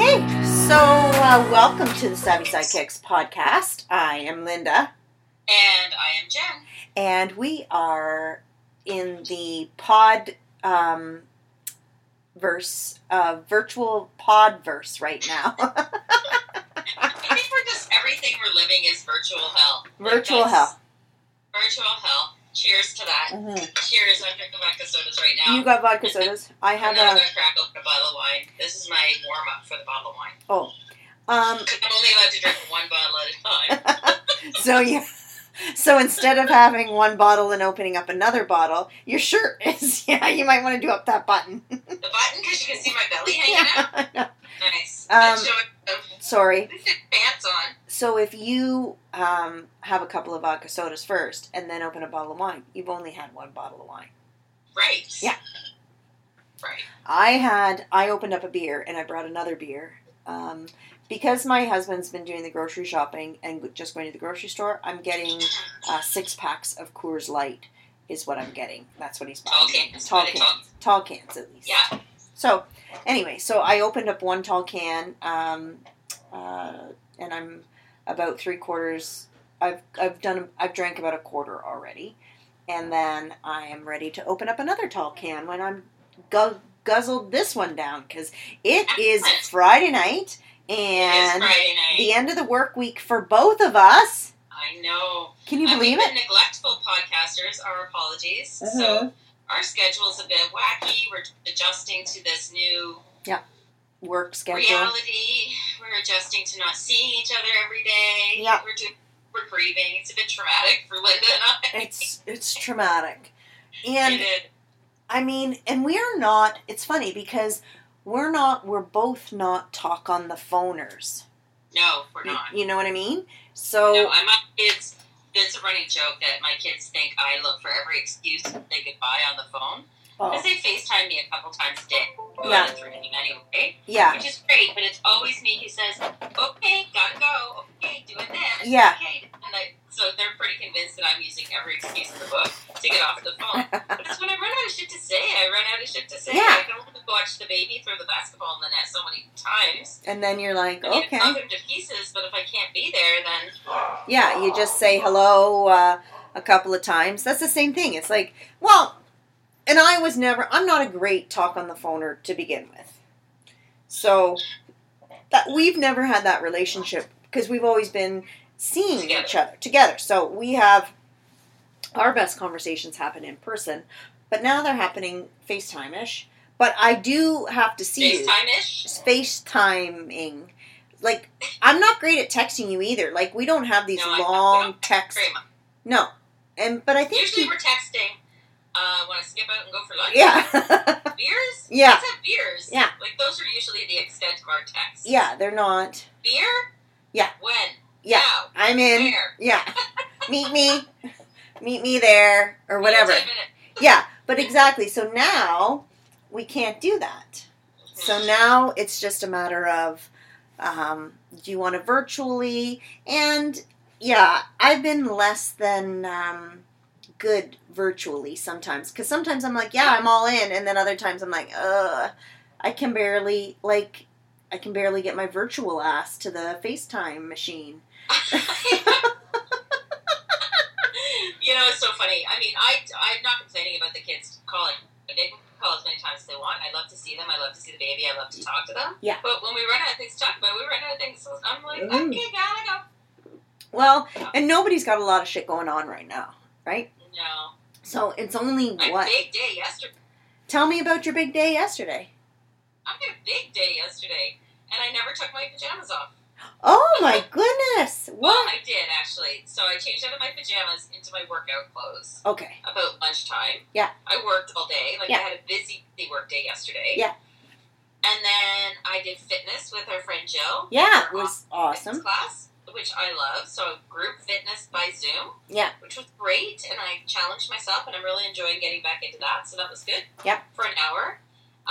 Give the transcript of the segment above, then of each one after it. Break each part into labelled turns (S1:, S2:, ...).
S1: So, uh, welcome to the Savvy Sidekicks podcast. I am Linda,
S2: And I am Jen.
S1: and we are in the pod um, verse, uh, virtual pod verse right now.
S2: I think we're just everything we're living is virtual hell. Like,
S1: virtual
S2: that's-
S1: hell.
S2: Virtual hell. Cheers to that.
S1: Mhm.
S2: Cheers. I'm drinking vodka sodas right now.
S1: You got vodka sodas? I
S2: I'm
S1: have
S2: not
S1: a.
S2: gonna crack open a bottle of wine. This is my warm up for the bottle of wine.
S1: Oh, um,
S2: 'Cause I'm only allowed to drink one bottle at a time.
S1: so yeah. So instead of having one bottle and opening up another bottle, your shirt is yeah. You might want to do up that button.
S2: The button, because you can see my belly hanging out.
S1: yeah.
S2: Nice.
S1: Um,
S2: And showing the-
S1: Sorry.
S2: pants on.
S1: So if you um, have a couple of vodka sodas first and then open a bottle of wine, you've only had one bottle of wine.
S2: Right.
S1: Yeah.
S2: Right.
S1: I had I opened up a beer and I brought another beer um, because my husband's been doing the grocery shopping and just going to the grocery store. I'm getting uh, six packs of Coors Light is what I'm getting. That's what he's buying.
S2: Tall cans.
S1: Tall
S2: Are they
S1: cans.
S2: tall?
S1: Tall cans at least.
S2: Yeah.
S1: So, anyway, so I opened up one tall can, um, uh, and I'm about three quarters. I've I've done I've drank about a quarter already, and then I am ready to open up another tall can when I'm gu- guzzled this one down because it is Friday night
S2: it is
S1: and
S2: Friday night.
S1: the end of the work week for both of us.
S2: I know.
S1: Can you
S2: Uh,
S1: believe
S2: we've
S1: it?
S2: been neglectful podcasters. Our apologies.
S1: Uh-huh.
S2: So our schedule's a bit wacky. We're adjusting to this new
S1: Work schedule.
S2: reality. We're adjusting to not seeing each other every day.
S1: Yeah.
S2: We're doing, we're grieving. It's a bit traumatic for Linda and I.
S1: It's it's traumatic,
S2: It
S1: and
S2: is.
S1: I mean, and we're not, it's funny because we're not, we're both not talk on the phoners.
S2: no, we're
S1: You,
S2: not.
S1: you know what I mean? So,
S2: No, I, my kids. It's a running joke that my kids think I look for every excuse to say goodbye on the phone
S1: oh,
S2: because they Facetime me a couple times a day. Two
S1: Yeah.
S2: out of three anyway.
S1: yeah,
S2: which is great, but it's always me who says, "Okay, gotta go. Okay, doing this.
S1: Yeah.
S2: Okay." And I, so they're pretty convinced that I'm using every excuse in the book to get off the phone. but it's when I run out of shit to say. I run out of shit to say.
S1: Yeah.
S2: I can only watch the baby throw the basketball in the net so many times.
S1: and then you're like,
S2: I mean,
S1: okay,
S2: I love him to pieces, but if I can't be there, then
S1: yeah, you just say hello uh, a couple of times. That's the same thing. It's like, well, and I was never, I'm not a great talk on the phoner to begin with. So, that we've never had that relationship because we've always been seeing each
S2: Together.
S1: other together. So, we have our best conversations happen in person, but now they're happening FaceTime ish. But I do have to see you.
S2: FaceTime ish.
S1: FaceTiming. Like, I'm not great at texting you either. Like, we don't have these
S2: No, I-
S1: long
S2: yeah,
S1: texts.
S2: Very much.
S1: No. And, but I think.
S2: Usually
S1: you-
S2: we're texting. Uh, want to skip out and go for lunch?
S1: yeah.
S2: Beers?
S1: Yeah.
S2: Let's have beers.
S1: Yeah.
S2: Like those are usually the extent of our texts.
S1: yeah, they're not.
S2: Beer?
S1: Yeah.
S2: When?
S1: Yeah.
S2: Now.
S1: I'm in.
S2: Where?
S1: Yeah. Meet me. Meet me there. Or whatever.
S2: Ten minutes.
S1: Yeah. But exactly. So now we can't do that. So now it's just a matter of um, do you want to virtually? And yeah, I've been less than um, good virtually sometimes because sometimes I'm like, yeah, I'm all in, and then other times I'm like, uh, I can barely like. I can barely get my virtual ass to the FaceTime machine.
S2: you know, it's so funny. I mean, I I'm not complaining about the kids calling. They can call as many times as they want. I love to see them. I love to see the baby. I love to talk to them.
S1: Yeah.
S2: But when we run out of things to talk about, we run out of things. So I'm like,
S1: Mm.
S2: okay, gotta go.
S1: Well, and nobody's got a lot of shit going on right now, right?
S2: No.
S1: So it's only
S2: My
S1: what?
S2: big day yesterday.
S1: Tell me about your big day yesterday.
S2: I had a big day yesterday, and I never took my pajamas off.
S1: Oh my goodness!
S2: Well,
S1: What?
S2: I did actually. So I changed out of my pajamas into my workout clothes.
S1: Okay.
S2: about lunchtime.
S1: Yeah.
S2: I worked all day. Like
S1: Yeah.
S2: I had a busy, busy work day yesterday.
S1: Yeah.
S2: And then I did fitness with our friend Jill.
S1: Yeah, it
S2: Our
S1: was
S2: fitness
S1: awesome.
S2: class, which I love. So group fitness by Zoom.
S1: Yeah.
S2: Which was great, and I challenged myself, and I'm really enjoying getting back into that. So that was good.
S1: Yeah.
S2: For an hour,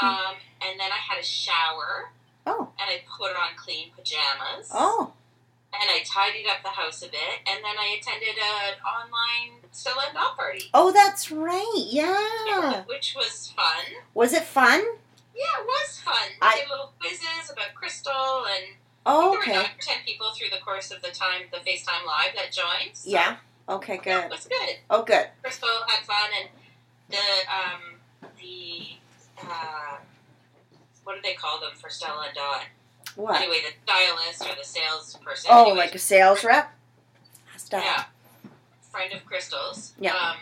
S2: um, and then I had a shower,
S1: Hmm. Oh,
S2: and I put on clean pajamas.
S1: oh,
S2: And I tidied up the house a bit, and then I attended an online still and doll party.
S1: oh, that's right. Yeah.
S2: Which was fun.
S1: Was it fun?
S2: Yeah, it was fun. We
S1: I-
S2: did little quizzes about crystal and
S1: Oh,
S2: There were
S1: okay.
S2: nine or ten people through the course of the time, the FaceTime Live that joined. so,
S1: Yeah. Okay,
S2: yeah, it
S1: good.
S2: was good.
S1: Oh, good.
S2: Crystal had fun, and the um, the uh, what do they call them for Stella and Dawn?
S1: What?
S2: Anyway, the stylist or the salesperson.
S1: Oh,
S2: anyway,
S1: like a sales rep?
S2: yeah,
S1: Stop.
S2: friend of Crystal's.
S1: Yeah.
S2: Um,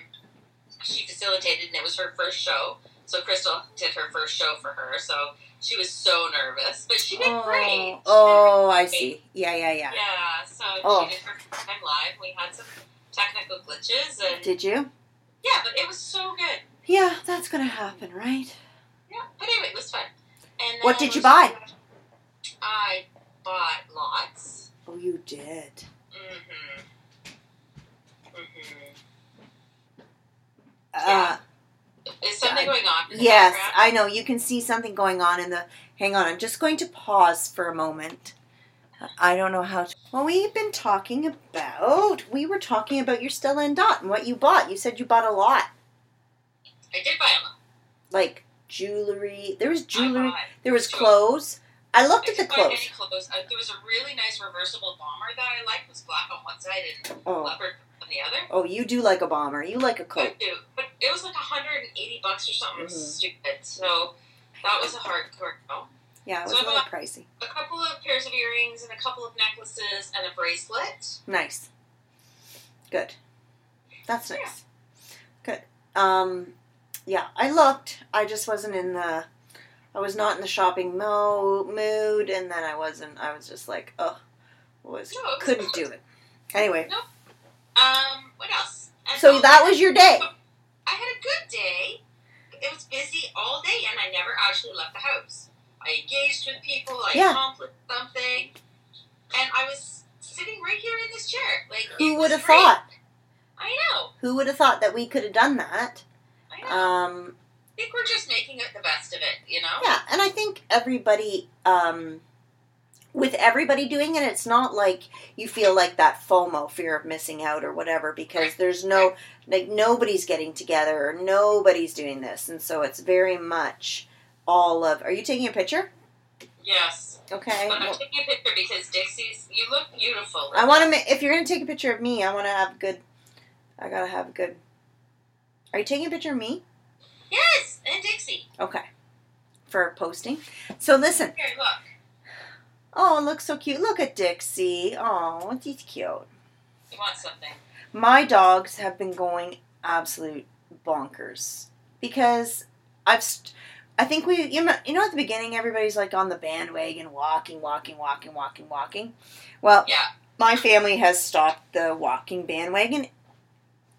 S2: she facilitated, and it was her first show. So Crystal did her first show for her. So she was so nervous, but she did great. She
S1: Oh,
S2: did
S1: oh, I
S2: great.
S1: see. Yeah, yeah, yeah.
S2: Yeah, so
S1: Oh.
S2: she did her first time live. We had some technical glitches, and
S1: Did you?
S2: yeah, but it was so good.
S1: Yeah, that's gonna happen, right?
S2: Yeah, but anyway, it was fun. And
S1: What
S2: then
S1: did you
S2: I
S1: buy?
S2: was- I bought lots.
S1: Oh, you did.
S2: Mm-hmm. Mm-hmm.
S1: Uh,
S2: Is something
S1: Yeah.
S2: going on? in the
S1: yes,
S2: background?
S1: I know. You can see something going on in the. Hang on, I'm just going to pause for a moment. I don't know how to. Well, we've been talking about. We were talking about your Stella and Dot and what you bought. You said you bought a lot,
S2: I did buy a lot.
S1: like jewelry. There was
S2: I
S1: jewelry.
S2: bought.
S1: There was
S2: jewelry.
S1: clothes. I
S2: I
S1: looked at the
S2: didn't buy
S1: clothes.
S2: any clothes. Uh, there was a really nice reversible bomber that I liked. It was black on one side and
S1: Oh,
S2: leopard on the other.
S1: oh, you do like a bomber. You like a coat.
S2: Could do, but it was like 180 bucks or something
S1: Mhm.
S2: stupid. So that was a hardcore no.
S1: Yeah, it was
S2: So
S1: a
S2: I
S1: little pricey.
S2: A couple of pairs of earrings and a couple of necklaces and a bracelet.
S1: Nice. Good. That's nice. Good. Um yeah, I looked. I just wasn't in the I was not in the shopping mo- mood and then I wasn't I was just like, oh, was
S2: No, it was
S1: couldn't do it. Anyway,
S2: Um, what else? And
S1: so that was your day.
S2: I had a good day. It was busy all day, and I never actually left the house. I engaged with people. I
S1: Yeah.
S2: accomplished something, and I was sitting right here in this chair. Like it
S1: Who
S2: was
S1: would have
S2: great.
S1: thought?
S2: I know.
S1: Who would have thought that we could have done that?
S2: I know.
S1: Um
S2: I think we're just making it the best of it. You know.
S1: Yeah, and I think everybody, um, with everybody doing it, it's not like you feel like that FOMO, fear of missing out or whatever, because there's no, like, nobody's getting together or nobody's doing this. And so it's very much all of. Are you taking a picture?
S2: Yes.
S1: Okay.
S2: But I'm
S1: Well,
S2: taking a picture because Dixie's. You look beautiful.
S1: I want to, ma- if you're going to take a picture of me, I want to have good, I got to have a good. Are you taking a picture of me?
S2: Yes, and Dixie.
S1: Okay. For posting. So listen,
S2: Here, look.
S1: Oh, it looks so cute. Look at Dixie. Oh, he's cute.
S2: You want something?
S1: My dogs have been going absolute bonkers because I've. St- I think we, you know, you know, at the beginning, everybody's like on the bandwagon, walking, walking, walking, walking, walking. Well,
S2: Yeah.
S1: my family has stopped the walking bandwagon.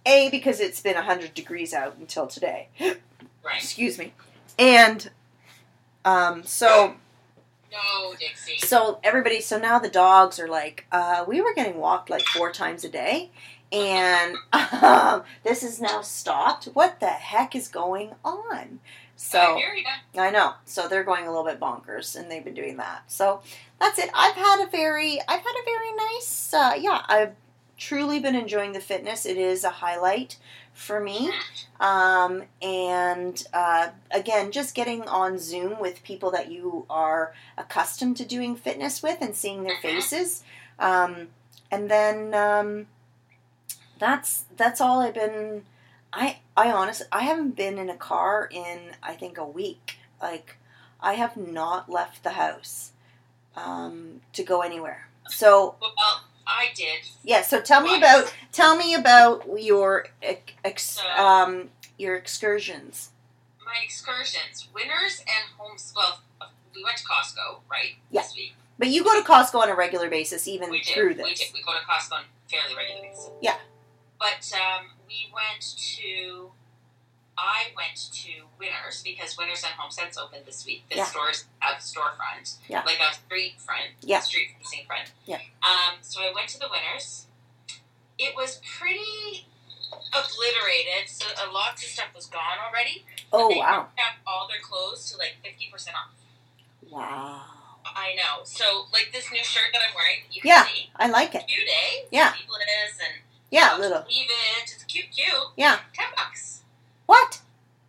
S1: A because it's been hundred degrees out until today.
S2: Right.
S1: Excuse me, and um, so.
S2: No, Dixie.
S1: So everybody, so now the dogs are like, uh, we were getting walked like four times a day, and um, this is now stopped. What the heck is going on?
S2: I
S1: So
S2: hear ya.
S1: I know. So they're going a little bit bonkers, and they've been doing that. So that's it. I've had a very, I've had a very nice, uh, yeah. I've truly been enjoying the fitness. It is a highlight for me. Um, and uh, again, just getting on Zoom with people that you are accustomed to doing fitness with and seeing their faces. Um, and then um, that's that's all I've been. I I honestly I haven't been in a car in I think a week. Like I have not left the house um, to go anywhere. So
S2: Well, I did.
S1: yeah. So tell me
S2: Twice.
S1: about tell me about your ex- ex,
S2: So-
S1: um, your excursions.
S2: my excursions, winners and homes. Well, we went to Costco, right?
S1: Yeah.
S2: This week.
S1: But you go to Costco on a regular basis, even
S2: We did.
S1: through
S2: We
S1: this.
S2: did. We go to Costco on a fairly regular basis.
S1: Yeah.
S2: But um, we went to. I went to Winners because Winners and Homesteads opened this week. The
S1: Yeah.
S2: store's a storefront,
S1: Yeah.
S2: like a street front,
S1: Yeah.
S2: street facing front.
S1: Yeah.
S2: Um, so I went to the Winners. It was pretty obliterated. So a lot of stuff was gone already.
S1: Oh
S2: they
S1: wow!
S2: Have all their clothes to like fifty percent off.
S1: Wow.
S2: I know. So like this new shirt that I'm wearing, you can
S1: Yeah.
S2: see.
S1: I like it.
S2: Cute, eh?
S1: Yeah.
S2: People it is and
S1: Yeah,
S2: um,
S1: little.
S2: Leave it. It's cute, cute.
S1: Yeah.
S2: Ten bucks.
S1: What?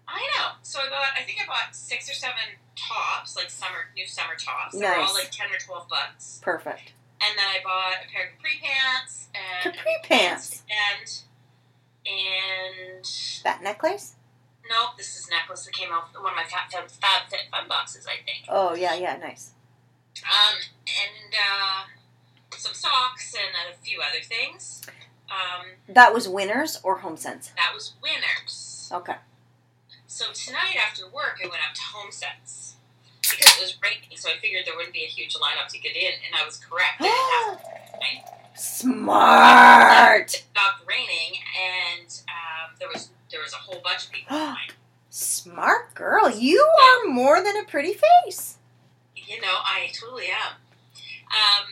S2: I know. So I got. I think I bought six or seven tops, like summer new summer tops. They were
S1: Nice.
S2: all like ten or twelve bucks.
S1: Perfect.
S2: And then I bought a pair of capri pants and a
S1: Capri pants.
S2: and and
S1: That necklace?
S2: nope, this is a necklace that came out one of my fab, fab, fab fit fun boxes, I think.
S1: Oh yeah, yeah, nice.
S2: Um, and uh, some socks and a few other things. Um,
S1: That was Winners or Home Sense.
S2: that was winners.
S1: Okay.
S2: So tonight after work, I went up to Home Sets because it was raining, so I figured there wouldn't be a huge lineup to get in, and I was correct. I didn't have
S1: Smart.
S2: It stopped raining, and um, there was there was a whole bunch of people in line.
S1: Smart girl. You are more than a pretty face.
S2: You know, I totally am. Um,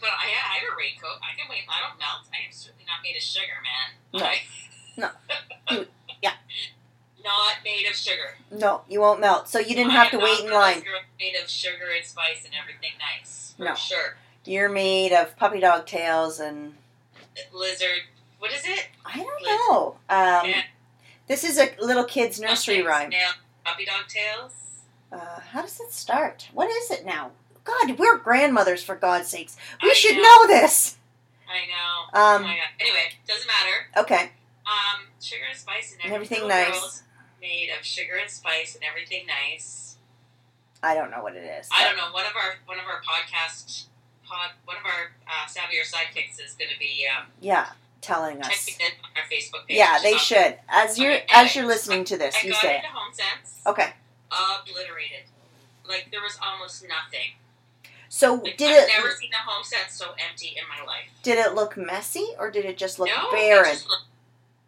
S2: but I, I have a raincoat. I can wait. I don't melt. I am certainly not made of sugar, man.
S1: No.
S2: I-
S1: No. You- yeah.
S2: Not made of sugar.
S1: No, you won't melt. So you didn't
S2: I
S1: have to
S2: am
S1: wait
S2: not
S1: in
S2: one of those
S1: line.
S2: girls Made of sugar and spice and everything nice. For
S1: No.
S2: sure.
S1: You're made of puppy dog tails and
S2: Lizard. What is it?
S1: I don't know. Um,
S2: Yeah.
S1: This is a little kid's nursery
S2: Mustangs,
S1: rhyme.
S2: Snail, puppy dog tails.
S1: Uh, how does it start? What is it now? God, we're grandmothers for God's sakes. We
S2: I
S1: should
S2: know.
S1: know this.
S2: I know. oh
S1: Um,
S2: my God. Anyway, doesn't matter.
S1: okay.
S2: Um, sugar and spice and
S1: And
S2: everything.
S1: everything
S2: Little
S1: nice.
S2: girls Made of sugar and spice and everything nice.
S1: I don't know what it is.
S2: I don't know. One of our one of our podcast pod one of our uh, savvier sidekicks is going to be um,
S1: Yeah, telling us.
S2: checking in on our Facebook page.
S1: Yeah, they
S2: So
S1: should. As you're
S2: Okay,
S1: as
S2: anyway,
S1: you're listening to this,
S2: I
S1: you Oh.
S2: got
S1: say it.
S2: into HomeSense,
S1: Okay.
S2: obliterated. Like there was almost nothing.
S1: So
S2: Like,
S1: did
S2: I've
S1: it
S2: never seen a HomeSense so empty in my life.
S1: did it look messy or did it just look
S2: no, It
S1: barren?
S2: just looked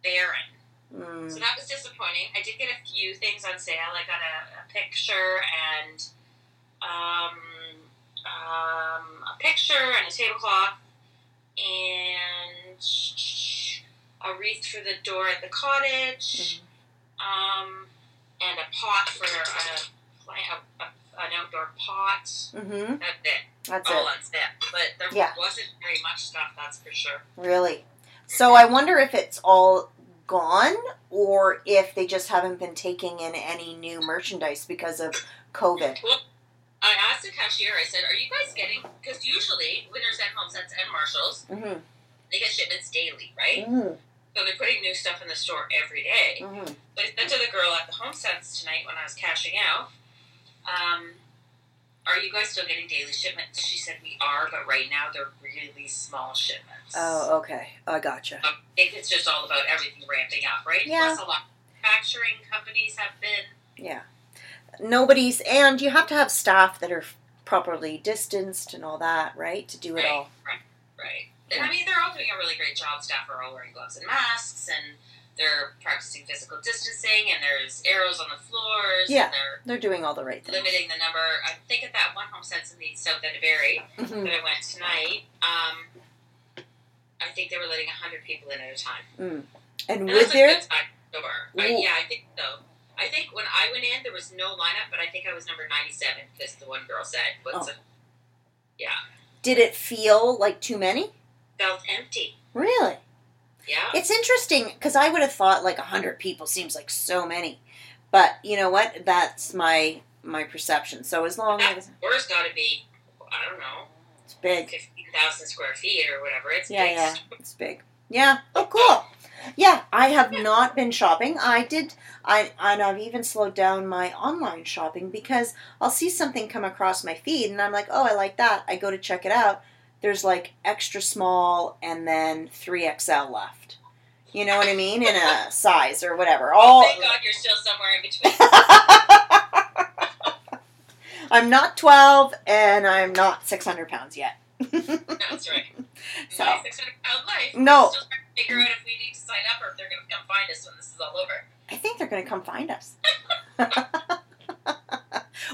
S2: barren. So
S1: Mm,
S2: that was disappointing. I did get a few things on sale. I got a, a picture and um, um, a picture and a tablecloth and a wreath for the door at the
S1: mm.
S2: cottage um, and a pot for a, plant, a, a, an outdoor pot.
S1: Mhm.
S2: That's it.
S1: That's
S2: All
S1: it.
S2: on sale. But there
S1: Yeah.
S2: wasn't very much stuff, that's for sure.
S1: Really. So I wonder if it's all gone or if they just haven't been taking in any new merchandise because of COVID.
S2: I asked the cashier, I said, Are you guys getting, because usually Winners and Home Sets and Marshalls,
S1: Mhm.
S2: they get shipments daily, right?
S1: Mhm.
S2: So they're putting new stuff in the store every day.
S1: Mhm.
S2: But I said to the girl at the Home Sense tonight when I was cashing out, um, Are you guys still getting daily shipments? She said, We are, but right now they're really small shipments. Um,
S1: Oh, okay. I gotcha.
S2: I think it's just all about everything ramping up, right?
S1: Yeah.
S2: Plus, a lot of manufacturing companies have been.
S1: Yeah. Nobody's and you have to have staff that are properly distanced and all that, right? To do it
S2: right,
S1: all.
S2: Right, right. And I mean, they're all doing a really great job. Staff are all wearing gloves and masks, and they're practicing physical distancing, and there's arrows on the floors,
S1: Yeah.
S2: and they're
S1: They're doing all the right things.
S2: limiting the number. I think at that one home sense in the South Edinburgh
S1: Mhm.
S2: that I went tonight, um, I think they were letting 100 people in at a time.
S1: And
S2: And
S1: with
S2: that's a
S1: there,
S2: good time so far. I,
S1: Ooh.
S2: yeah, I think so. I think when I went in, there was no lineup, but I think I was number 97 because the one girl said, What's
S1: Oh.
S2: it? Yeah.
S1: did it feel like too many?
S2: Felt empty.
S1: Really?
S2: Yeah.
S1: It's interesting because I would have thought like hundred people seems like so many, but you know what? That's my my perception. So as long as
S2: Yours got to be, I don't know,
S1: it's big,
S2: 15,000 square feet or whatever. It's
S1: yeah,
S2: big.
S1: yeah, it's big, yeah. Oh, cool. Yeah, I have not been shopping. I did, I and I've even slowed down my online shopping because I'll see something come across my feed and I'm like, oh, I like that. I go to check it out. There's like extra small and then three XL left. You know what I mean? In a size or whatever. All
S2: Thank God you're still somewhere in between.
S1: I'm not 12 and I'm not 600 pounds yet.
S2: That's right.
S1: So-
S2: My 600 pound life.
S1: No.
S2: We're still trying to figure out if we need to sign up or if they're going to come find us when this is all over.
S1: I think they're going to come find us.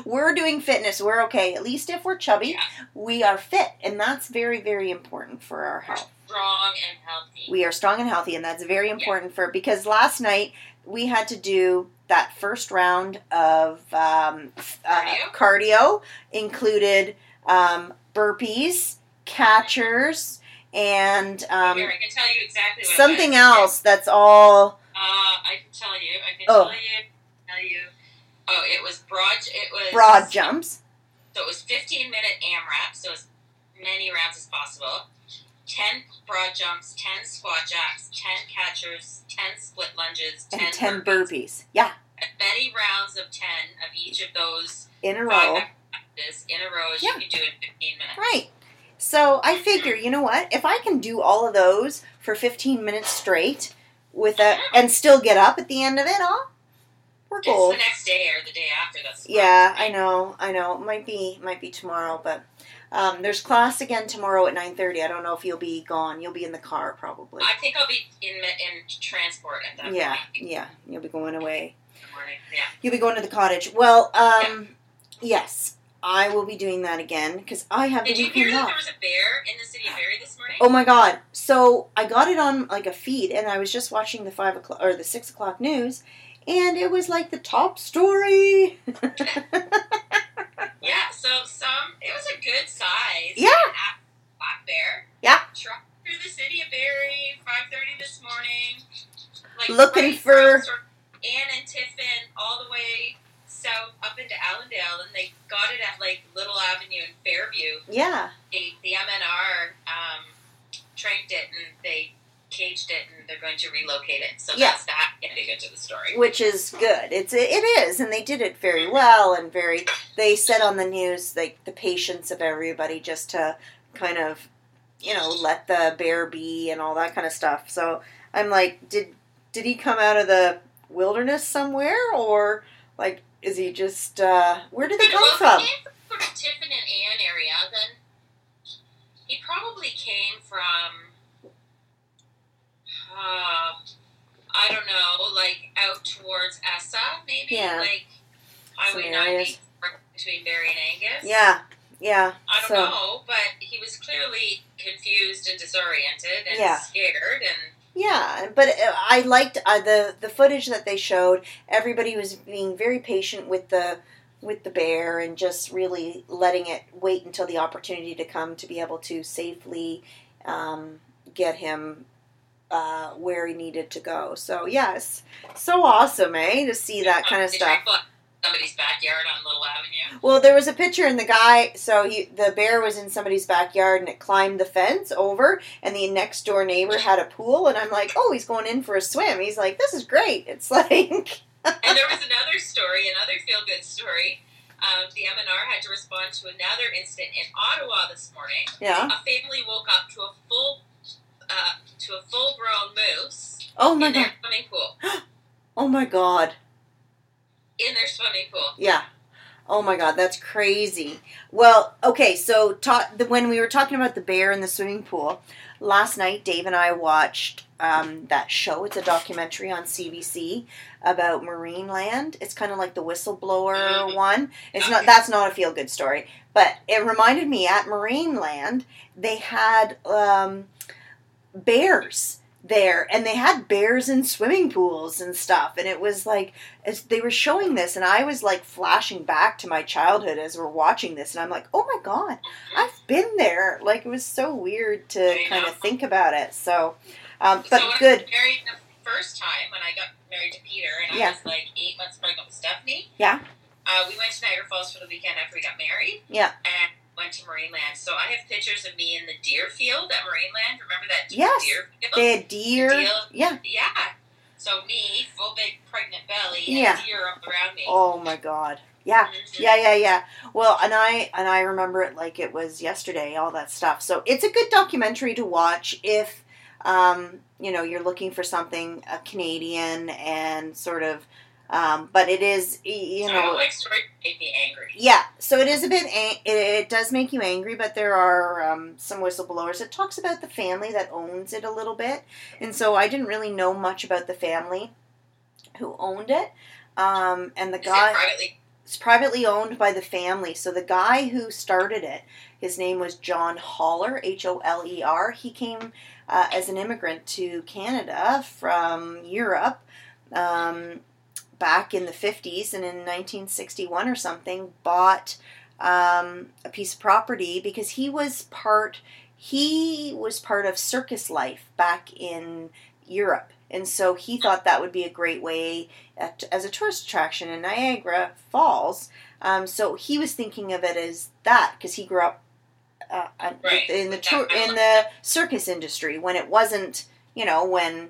S1: we're doing fitness. We're okay. At least if we're chubby,
S2: Yeah.
S1: we are fit. And that's very, very important for our health.
S2: Strong and healthy.
S1: We are strong and healthy. And that's very important for because last night we had to do that first round of um, uh,
S2: Cardio?
S1: cardio, included um, burpees, catchers, and. Um,
S2: Here, I can tell you exactly what
S1: something
S2: it was.
S1: else that's all
S2: Uh, I can tell you. I can
S1: Oh.
S2: tell you. Tell you. Oh, it was broad. It was
S1: Broad jumps.
S2: So it was 15 minute AMRAP, so as many rounds as possible. 10 broad jumps, 10 squat jacks, 10 catchers, 10 split lunges, 10,
S1: And 10
S2: burpees.
S1: burpees. Yeah,
S2: As many rounds of 10 of each of those
S1: in a row.
S2: five exercises in a row as
S1: Yeah.
S2: you can do in 15 minutes.
S1: Right. So I figure, you know what? If I can do all of those for 15 minutes straight with a, and still get up at the end of it all, we're
S2: It's
S1: gold.
S2: the next day or the day after. That's the
S1: Yeah, I
S2: problem.
S1: know, I know. It might be might be tomorrow, but um, there's class again tomorrow at 9:30. I don't know if you'll be gone. You'll be in the car probably.
S2: I think I'll be in in transport at that
S1: Yeah,
S2: point.
S1: yeah. You'll be going away.
S2: in the morning. Yeah.
S1: You'll be going to the cottage. Well, um, yes, I will be doing that again because I have
S2: Did
S1: the
S2: you hear
S1: weekend
S2: that
S1: off.
S2: there was a bear in the city of Barrie this morning?
S1: Oh my god! So I got it on like a feed, and I was just watching the five o'clock or the six o'clock news, and it was like the top story.
S2: Yeah, so some it was a good size.
S1: Yeah.
S2: Black- Black bear.
S1: Yeah.
S2: Truck through the city of Barrie, five thirty this morning. Like
S1: Looking
S2: right
S1: for-
S2: from sort of Ann and Tiffin all the way south up into Allendale, and they got it at like Little Avenue in Fairview.
S1: yeah,
S2: They, the MNR um, tranked it and they caged it, and they're going to relocate it. So
S1: Yeah.
S2: that's that getting into the story.
S1: which is good. It's it is, and they did it very well and very. They said on the news like the patience of everybody just to kind of, you know, let the bear be and all that kind of stuff. So I'm like, did did he come out of the wilderness somewhere or like is he just uh, where did they
S2: Well,
S1: come
S2: if
S1: from?
S2: He came from the Tiffin and Ann area. Then he probably came from. Uh, I don't know, like out towards Essa, maybe
S1: Yeah.
S2: like Highway
S1: Some areas.
S2: 90 between Barry and Angus.
S1: Yeah, yeah.
S2: I don't
S1: so
S2: know, but he was clearly confused and disoriented and
S1: Yeah.
S2: scared and
S1: yeah, but uh, I liked uh, the the footage that they showed. Everybody was being very patient with the with the bear and just really letting it wait until the opportunity to come to be able to safely um, get him uh, where he needed to go. So yes, so awesome, eh? To see that kind of
S2: Did you
S1: stuff.
S2: look Somebody's backyard on Little Avenue.
S1: Well, there was a picture, and the guy. So he, the bear was in somebody's backyard, and it climbed the fence over. And the next door neighbor had a pool, and I'm like, oh, he's going in for a swim. He's like, this is great. It's like,
S2: and there was another story, another feel-good story. Um, the MNR had to respond to another incident in Ottawa this morning.
S1: yeah.
S2: A family woke up to a full, uh, to a full-grown moose
S1: Oh my
S2: in
S1: god.
S2: their swimming pool.
S1: Oh my god.
S2: In their swimming pool.
S1: Yeah. Oh my god, that's crazy. Well, okay, so ta- the, when we were talking about the bear in the swimming pool last night, Dave and I watched um, that show. It's a documentary on CBC about marine land. It's kind of like the whistleblower
S2: Mhm.
S1: one. It's not
S2: Okay.
S1: that's not a feel good story, but it reminded me at marine land they had um, bears there and they had bears in swimming pools and stuff and it was like as they were showing this and i was like flashing back to my childhood as we're watching this and i'm like oh my god i've been there like it was so weird to
S2: I
S1: kind
S2: know.
S1: of think about it so um, but
S2: so when I
S1: good
S2: was married the first time when I got married to Peter, and
S1: Yeah.
S2: I was like eight months pregnant with Stephanie.
S1: Yeah.
S2: Uh, we went to Niagara Falls for the weekend after we got married.
S1: Yeah.
S2: And went to Marineland. So I have pictures of me in the deer field at Marineland. Remember that
S1: Yes.
S2: deer field?
S1: they had deer
S2: Deal.
S1: yeah
S2: Yeah. So me, full big pregnant belly, and
S1: Yeah.
S2: deer up around me.
S1: oh my god yeah
S2: Mhm.
S1: yeah yeah yeah well and i and i remember it like it was yesterday all that stuff so it's a good documentary to watch if um, you know you're looking for something a canadian and sort of um, but it is y- you
S2: I don't
S1: know
S2: like stories that make me angry.
S1: yeah so it is a bit ang- it, it does make you angry but there are um, some whistleblowers it talks about the family that owns it a little bit and so i didn't really know much about the family who owned it um, and the
S2: Is
S1: guy
S2: it privately?
S1: it's privately owned by the family. So the guy who started it, his name was John Holler, H O L E R. He came uh, as an immigrant to Canada from Europe um, back in the 50s and in 1961 or something, bought um, a piece of property because he was part he was part of circus life back in Europe. And so he thought that would be a great way at, as a tourist attraction in Niagara Falls. Um, so he was thinking of it as that because he grew up uh, uh,
S2: Right,
S1: in the
S2: with that
S1: tour, in
S2: element.
S1: the circus industry when it wasn't, you know, when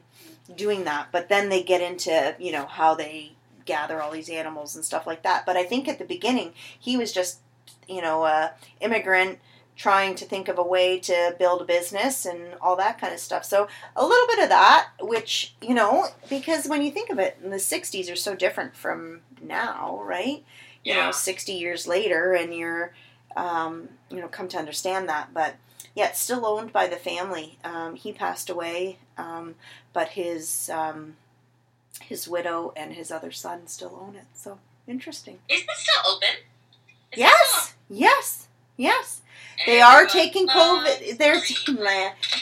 S1: doing that. But then they get into you know how they gather all these animals and stuff like that. But I think at the beginning he was just you know a immigrant trying to think of a way to build a business and all that kind of stuff. So a little bit of that, which you know, because when you think of it, the '60s are so different from now, right? you know
S2: Yeah.
S1: 60 years later and you're um, you know come to understand that but yeah it's still owned by the family um, he passed away um, but his um, his widow and his other son still own it so interesting
S2: Is it still open? Is it still
S1: yes yes yes
S2: open?
S1: they
S2: And,
S1: are
S2: uh,
S1: taking
S2: uh,
S1: covid they're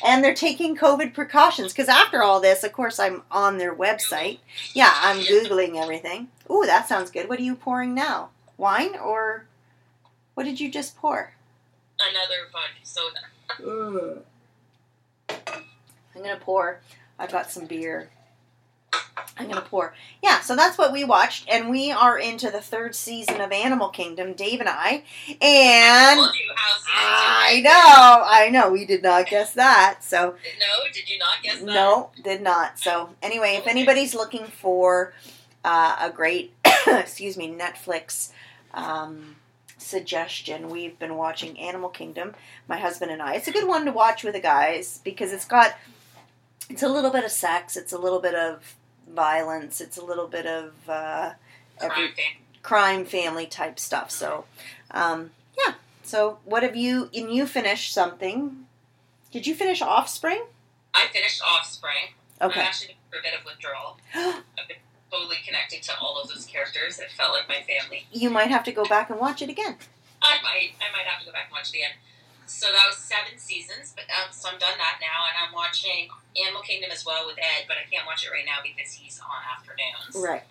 S1: and they're taking covid precautions because after all this of course i'm on their website yeah i'm googling everything ooh that sounds good what are you pouring now wine or what did you just pour
S2: Another vodka soda.
S1: Mm. i'm gonna pour i've got some beer i'm gonna pour yeah so that's what we watched and we are into the third season of animal kingdom dave and i and
S2: Told you how season two
S1: I
S2: ended.
S1: know, I know. We did not guess that. So
S2: No, did you not guess that?
S1: no, did not. So anyway, if anybody's looking for uh, a great, excuse me, Netflix um, suggestion, we've been watching Animal Kingdom. My husband and I. It's a good one to watch with the guys because it's got it's a little bit of sex, it's a little bit of violence, it's a little bit of uh, every,
S2: Crime fan.
S1: crime family type stuff. So, um, yeah. So, what have you? And you finished something? Did you finish Offspring?
S2: I finished Offspring. I'm
S1: Okay.
S2: actually for a bit of withdrawal. I've been totally connected to all of those characters. It felt like my family.
S1: You might have to go back and watch it again.
S2: I might, I might have to go back and watch it again. So that was seven seasons, but um, so I'm done that now, and I'm watching Animal Kingdom as well with Ed, but I can't watch it right now because he's on afternoons.
S1: Right.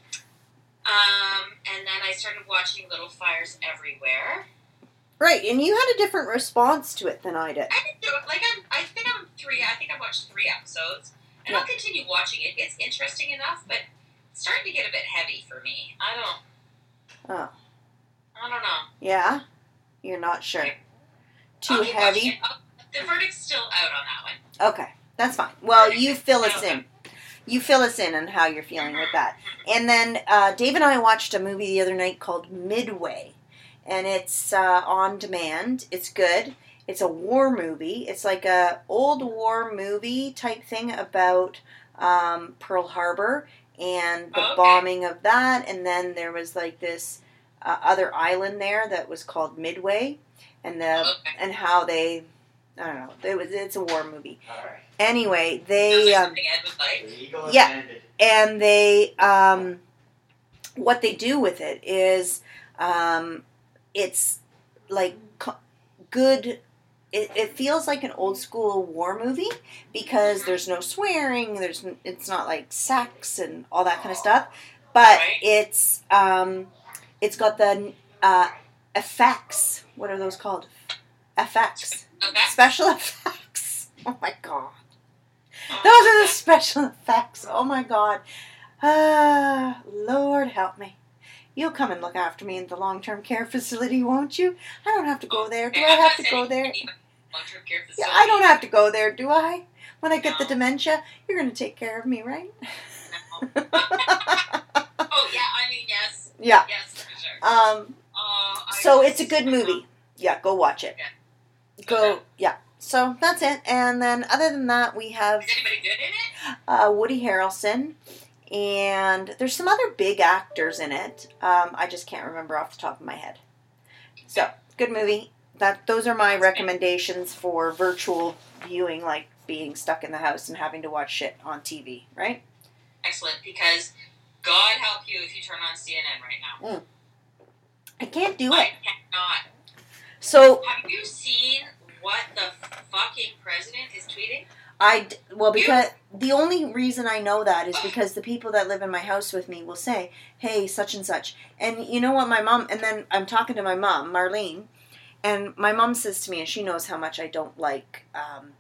S2: Um, and then I started watching Little Fires Everywhere.
S1: Right. And you had a different response to it than I did.
S2: I didn't know, like I'm, I think I'm three. I think I watched three episodes, and I'll continue watching it. It's interesting enough, but it's starting to get a bit heavy for me. I don't.
S1: Oh.
S2: I don't know.
S1: Yeah. You're not sure. Too
S2: I'll keep watching
S1: heavy.
S2: it. I'll- The verdict's still out on that one.
S1: Okay. That's fine. Well, you fill us in. You fill us in on how you're feeling with that. And then uh, Dave and I watched a movie the other night called Midway, and it's uh, on demand. It's good. It's a war movie. It's like a old war movie type thing about um, Pearl Harbor and the
S2: Okay.
S1: bombing of that. And then there was like this uh, other island there that was called Midway, and the
S2: Okay.
S1: and how they. I don't know. It was. It's a war movie. Anyway, they.
S2: Sounds like
S1: Um,
S2: something Ed would like.
S1: Yeah. and they um, what they do with it is um, it's like co- good it, it feels like an old school war movie because there's no swearing there's n- it's not like sex and all that kind of stuff but
S2: Right.
S1: it's um, it's got the uh, effects what are those called effects
S2: Okay.
S1: special effects oh my god those are the special effects. Oh my god. Ah, Lord help me. You'll come and look after me in the long term care facility, won't you? I don't have to go there. Do I have to go there?
S2: Long-term care
S1: Yeah,
S2: facility.
S1: I don't have to go there, do I? When I get the
S2: No.
S1: dementia, you're going to take care of me, right?
S2: No. oh yeah, I mean yes,
S1: yeah.
S2: yes for sure.
S1: Um,
S2: Oh, I
S1: so
S2: was-
S1: it's a good movie. Yeah, go watch it. Go.
S2: Okay.
S1: Yeah. So that's it. And then other than that, we have
S2: Is anybody good in it?
S1: uh, Woody Harrelson, and there's some other big actors in it. Um, I just can't remember off the top of my head. So good movie. That those are my recommendations for virtual viewing, like being stuck in the house and having to watch shit on TV. Right?
S2: Excellent, because God help you if you turn on CNN right now.
S1: I can't do Oh.
S2: I
S1: it.
S2: cannot.
S1: So
S2: Have you seen what the fucking president is tweeting?
S1: I d- well because the only reason I know that is because the people that live in my house with me will say, "Hey, such and such," and you know what, my mom. And then I'm talking to my mom, Marlene, and my mom says to me, and she knows how much I don't like um,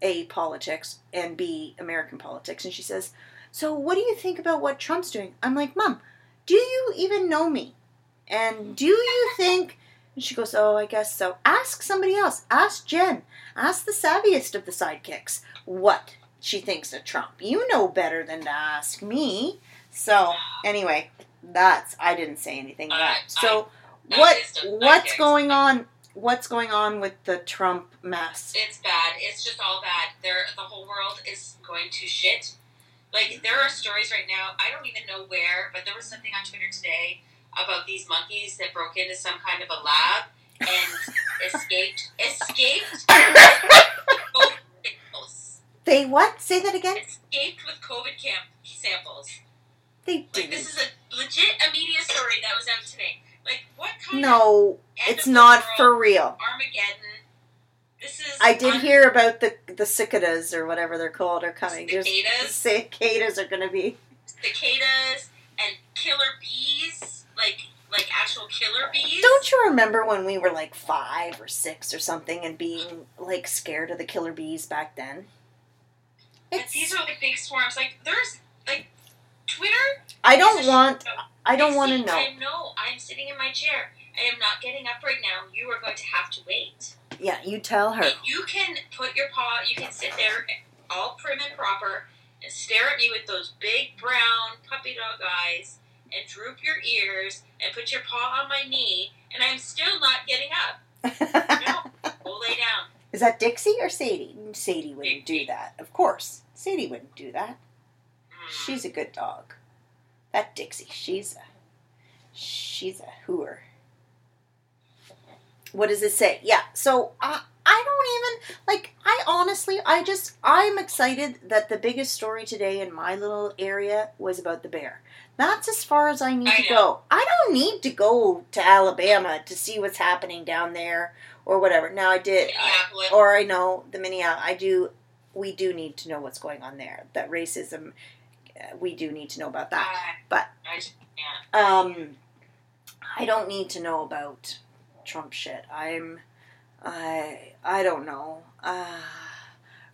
S1: a politics and b American politics, and she says, So what do you think about what Trump's doing? I'm like, Mom, do you even know me? And do you think? And she goes, Oh, I guess so. Ask somebody else. Ask Jen. Ask the savviest of the sidekicks what she thinks of Trump. You know better than to ask me. So anyway, that's I didn't say anything.
S2: All
S1: yet.
S2: right,
S1: so
S2: I-
S1: what
S2: that is the
S1: what's
S2: sidekicks.
S1: going on? What's going on with the Trump mess?
S2: It's bad. It's just all bad. There, the whole world is going to shit. Like there are stories right now. I don't even know where, but there was something on Twitter today about these monkeys that broke into some kind of a lab and escaped. Escaped. with COVID samples.
S1: They what? Say that again.
S2: Escaped with COVID camp samples.
S1: They
S2: Like this
S1: didn't.
S2: is a legit a media story that was out today. Like what kind of
S1: No,
S2: end
S1: it's
S2: of the
S1: not
S2: world,
S1: for real.
S2: Armageddon. This is
S1: I did
S2: un-
S1: hear about the the cicadas or whatever they're called are coming. There's-
S2: Cicadas?
S1: Cicadas are going to be.
S2: cicadas and killer bees, like like actual killer bees.
S1: Don't you remember when we were like five or six or something and being like scared of the killer bees back then?
S2: but these
S1: It's,
S2: are like big swarms. Like there's like Twitter.
S1: I
S2: is
S1: don't
S2: a
S1: want.
S2: shit show.
S1: I don't
S2: see,
S1: want to know.
S2: I know. I'm sitting in my chair. I am not getting up right now. You are going to have to wait.
S1: Yeah, you tell her.
S2: You can put your paw. You can sit there, all prim and proper, and stare at me with those big brown puppy dog eyes, and droop your ears, and put your paw on my knee, and I'm still not getting up. No, go lay down.
S1: Is that Dixie or Sadie? Sadie wouldn't do that, of course. Sadie wouldn't do that.
S2: Mm.
S1: She's a good dog. That Dixie, she's a she's a hooer. What does it say? Yeah. So I I don't even like I honestly I just I'm excited that the biggest story today in my little area was about the bear. That's as far as I need
S2: I
S1: to
S2: know.
S1: go. I don't need to go to Alabama to see what's happening down there or whatever. Now I did I-
S2: Minneapolis.
S1: or I know the Minneapolis. I do. We do need to know what's going on there. That racism. uh, We do need to know about that. but-
S2: I just can't.
S1: Um, I don't need to know about Trump shit. I'm. I I don't know. Uh,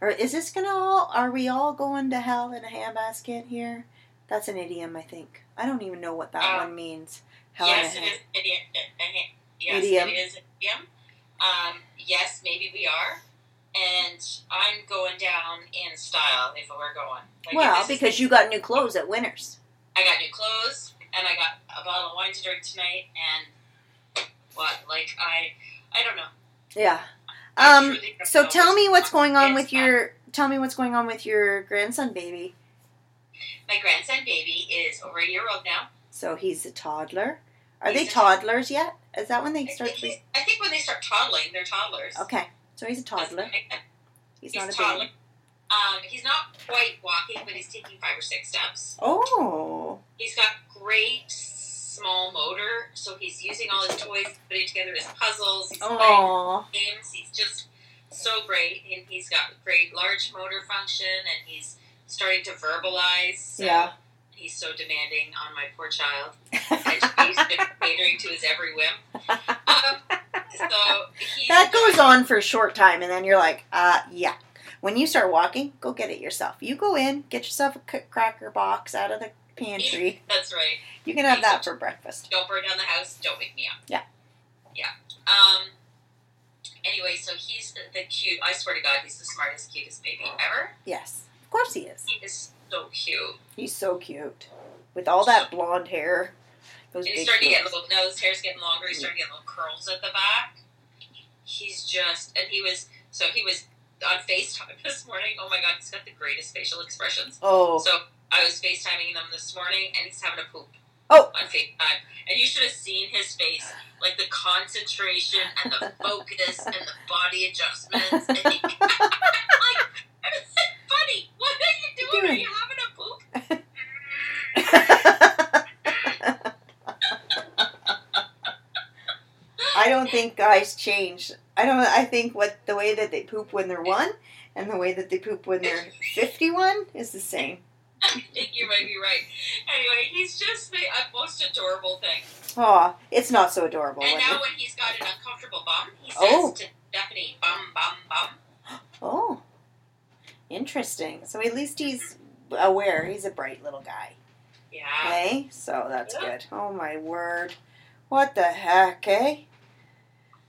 S1: or is this gonna all? Are we all going to hell in a handbasket here? That's an idiom, I think. I don't even know what that
S2: Uh,
S1: one means. Hell
S2: Yes,
S1: in
S2: it
S1: a hand.
S2: is idiom. Yes,
S1: Idiom.
S2: it is idiom. Um, yes, maybe we are, and I'm going down in style if we're going. Like,
S1: Well,
S2: this is-
S1: because you got new clothes at Winners.
S2: I got new clothes and I got a bottle of wine to drink tonight, and what? Like I, I don't know.
S1: Yeah.
S2: I
S1: Um.
S2: truly don't
S1: So
S2: know
S1: tell me what's going on
S2: Yes,
S1: with your tell me what's going on with your grandson baby.
S2: My grandson baby is over a year old now.
S1: So he's a toddler. Are
S2: He's
S1: they
S2: a-
S1: toddlers yet? Is that when they
S2: I
S1: start
S2: think,
S1: to be
S2: he's- I think when they start toddling, they're toddlers.
S1: Okay. So he's a toddler. He's,
S2: He's,
S1: not a
S2: toddling.
S1: baby.
S2: Um, he's not quite walking, but he's taking five or six steps.
S1: Oh.
S2: He's got great small motor, so he's using all his toys, putting together his puzzles, he's playing
S1: Oh.
S2: games. He's just so great, and he's got great large motor function, and he's starting to verbalize. So
S1: Yeah.
S2: He's so demanding on my poor child. And he's been catering to his every whim. Um, so he's
S1: that goes on for a short time and then you're like, uh yeah. When you start walking, go get it yourself. You go in, get yourself a c- cracker box out of the pantry.
S2: That's right.
S1: You can have that for breakfast.
S2: don't burn down the house, don't wake me up.
S1: Yeah.
S2: Yeah. Um, anyway, so he's the, the cute, I swear to God, he's the smartest, cutest baby ever.
S1: Yes. Of course he is.
S2: He is so cute.
S1: He's so cute. With all that blonde hair. Those
S2: And
S1: big
S2: he's starting to get
S1: ears.
S2: little, no, his hair's getting longer, he's starting to get little curls at the back. He's just, and he was, so he was on FaceTime this morning. Oh my God, he's got the greatest facial expressions.
S1: Oh.
S2: So I was FaceTiming them this morning, and he's having a poop.
S1: Oh.
S2: On FaceTime. And you should have seen his face. Like the concentration and the focus and the body adjustments. And he, like, buddy, what are you doing? Are you having a poop?
S1: I don't think guys change. I don't. I think what the way that they poop when they're one, and the way that they poop when they're fifty-one is the same.
S2: I think you might be right. Anyway, he's just the uh, most adorable thing.
S1: Aw, it's not so adorable.
S2: And
S1: when
S2: now
S1: you-
S2: when he's got an uncomfortable bum, he says
S1: Oh.
S2: to Stephanie, bum, bum, bum.
S1: Oh, interesting. So at least he's aware. He's a bright little guy.
S2: Yeah.
S1: Okay, so that's
S2: Yeah.
S1: good. Oh my word, what the heck, eh?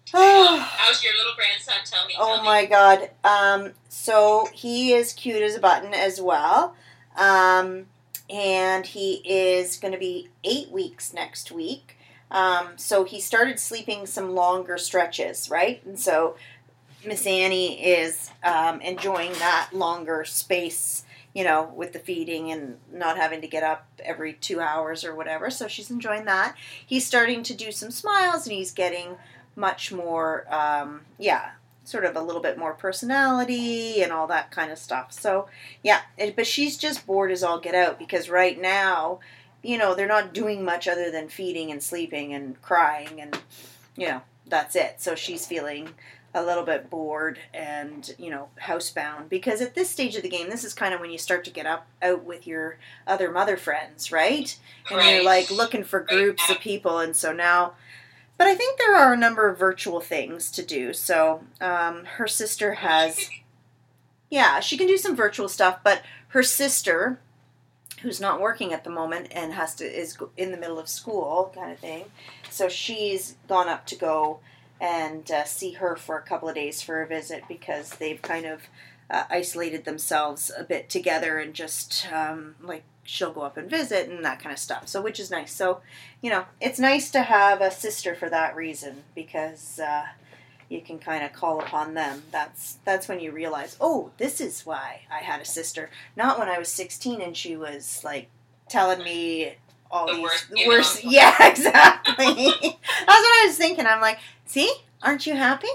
S1: Oh,
S2: How's your little grandson? Tell me.
S1: oh
S2: tell me.
S1: my god. Um, so he is cute as a button as well. Um, and he is going to be eight weeks next week. Um, so he started sleeping some longer stretches, right? And so Miss Annie is um, enjoying that longer space, you know, with the feeding and not having to get up every two hours or whatever. So she's enjoying that. He's starting to do some smiles and he's getting much more, um, yeah, sort of a little bit more personality and all that kind of stuff. So, yeah, it, but she's just bored as all get out because right now, you know, they're not doing much other than feeding and sleeping and crying and, you know, that's it. So she's feeling a little bit bored and, you know, housebound because at this stage of the game, this is kind of when you start to get up out with your other mother friends, right? And you're
S2: Right.
S1: like looking for groups of people. And so now, but I think there are a number of virtual things to do. So um, her sister has yeah, she can do some virtual stuff, but her sister, who's not working at the moment and has to is in the middle of school kind of thing, so she's gone up to go and uh, see her for a couple of days for a visit because they've kind of uh, isolated themselves a bit together and just um, like she'll go up and visit and that kind of stuff. So which is nice. So you know, it's nice to have a sister for that reason because. Uh, you can kind of call upon them. That's that's when you realize, oh, this is why I had a sister. Not when I was 16 and she was like telling me all
S2: The
S1: these
S2: worst,
S1: the
S2: you
S1: worst.
S2: know.
S1: Yeah, exactly. that's what I was thinking. I'm like, see, aren't you happy?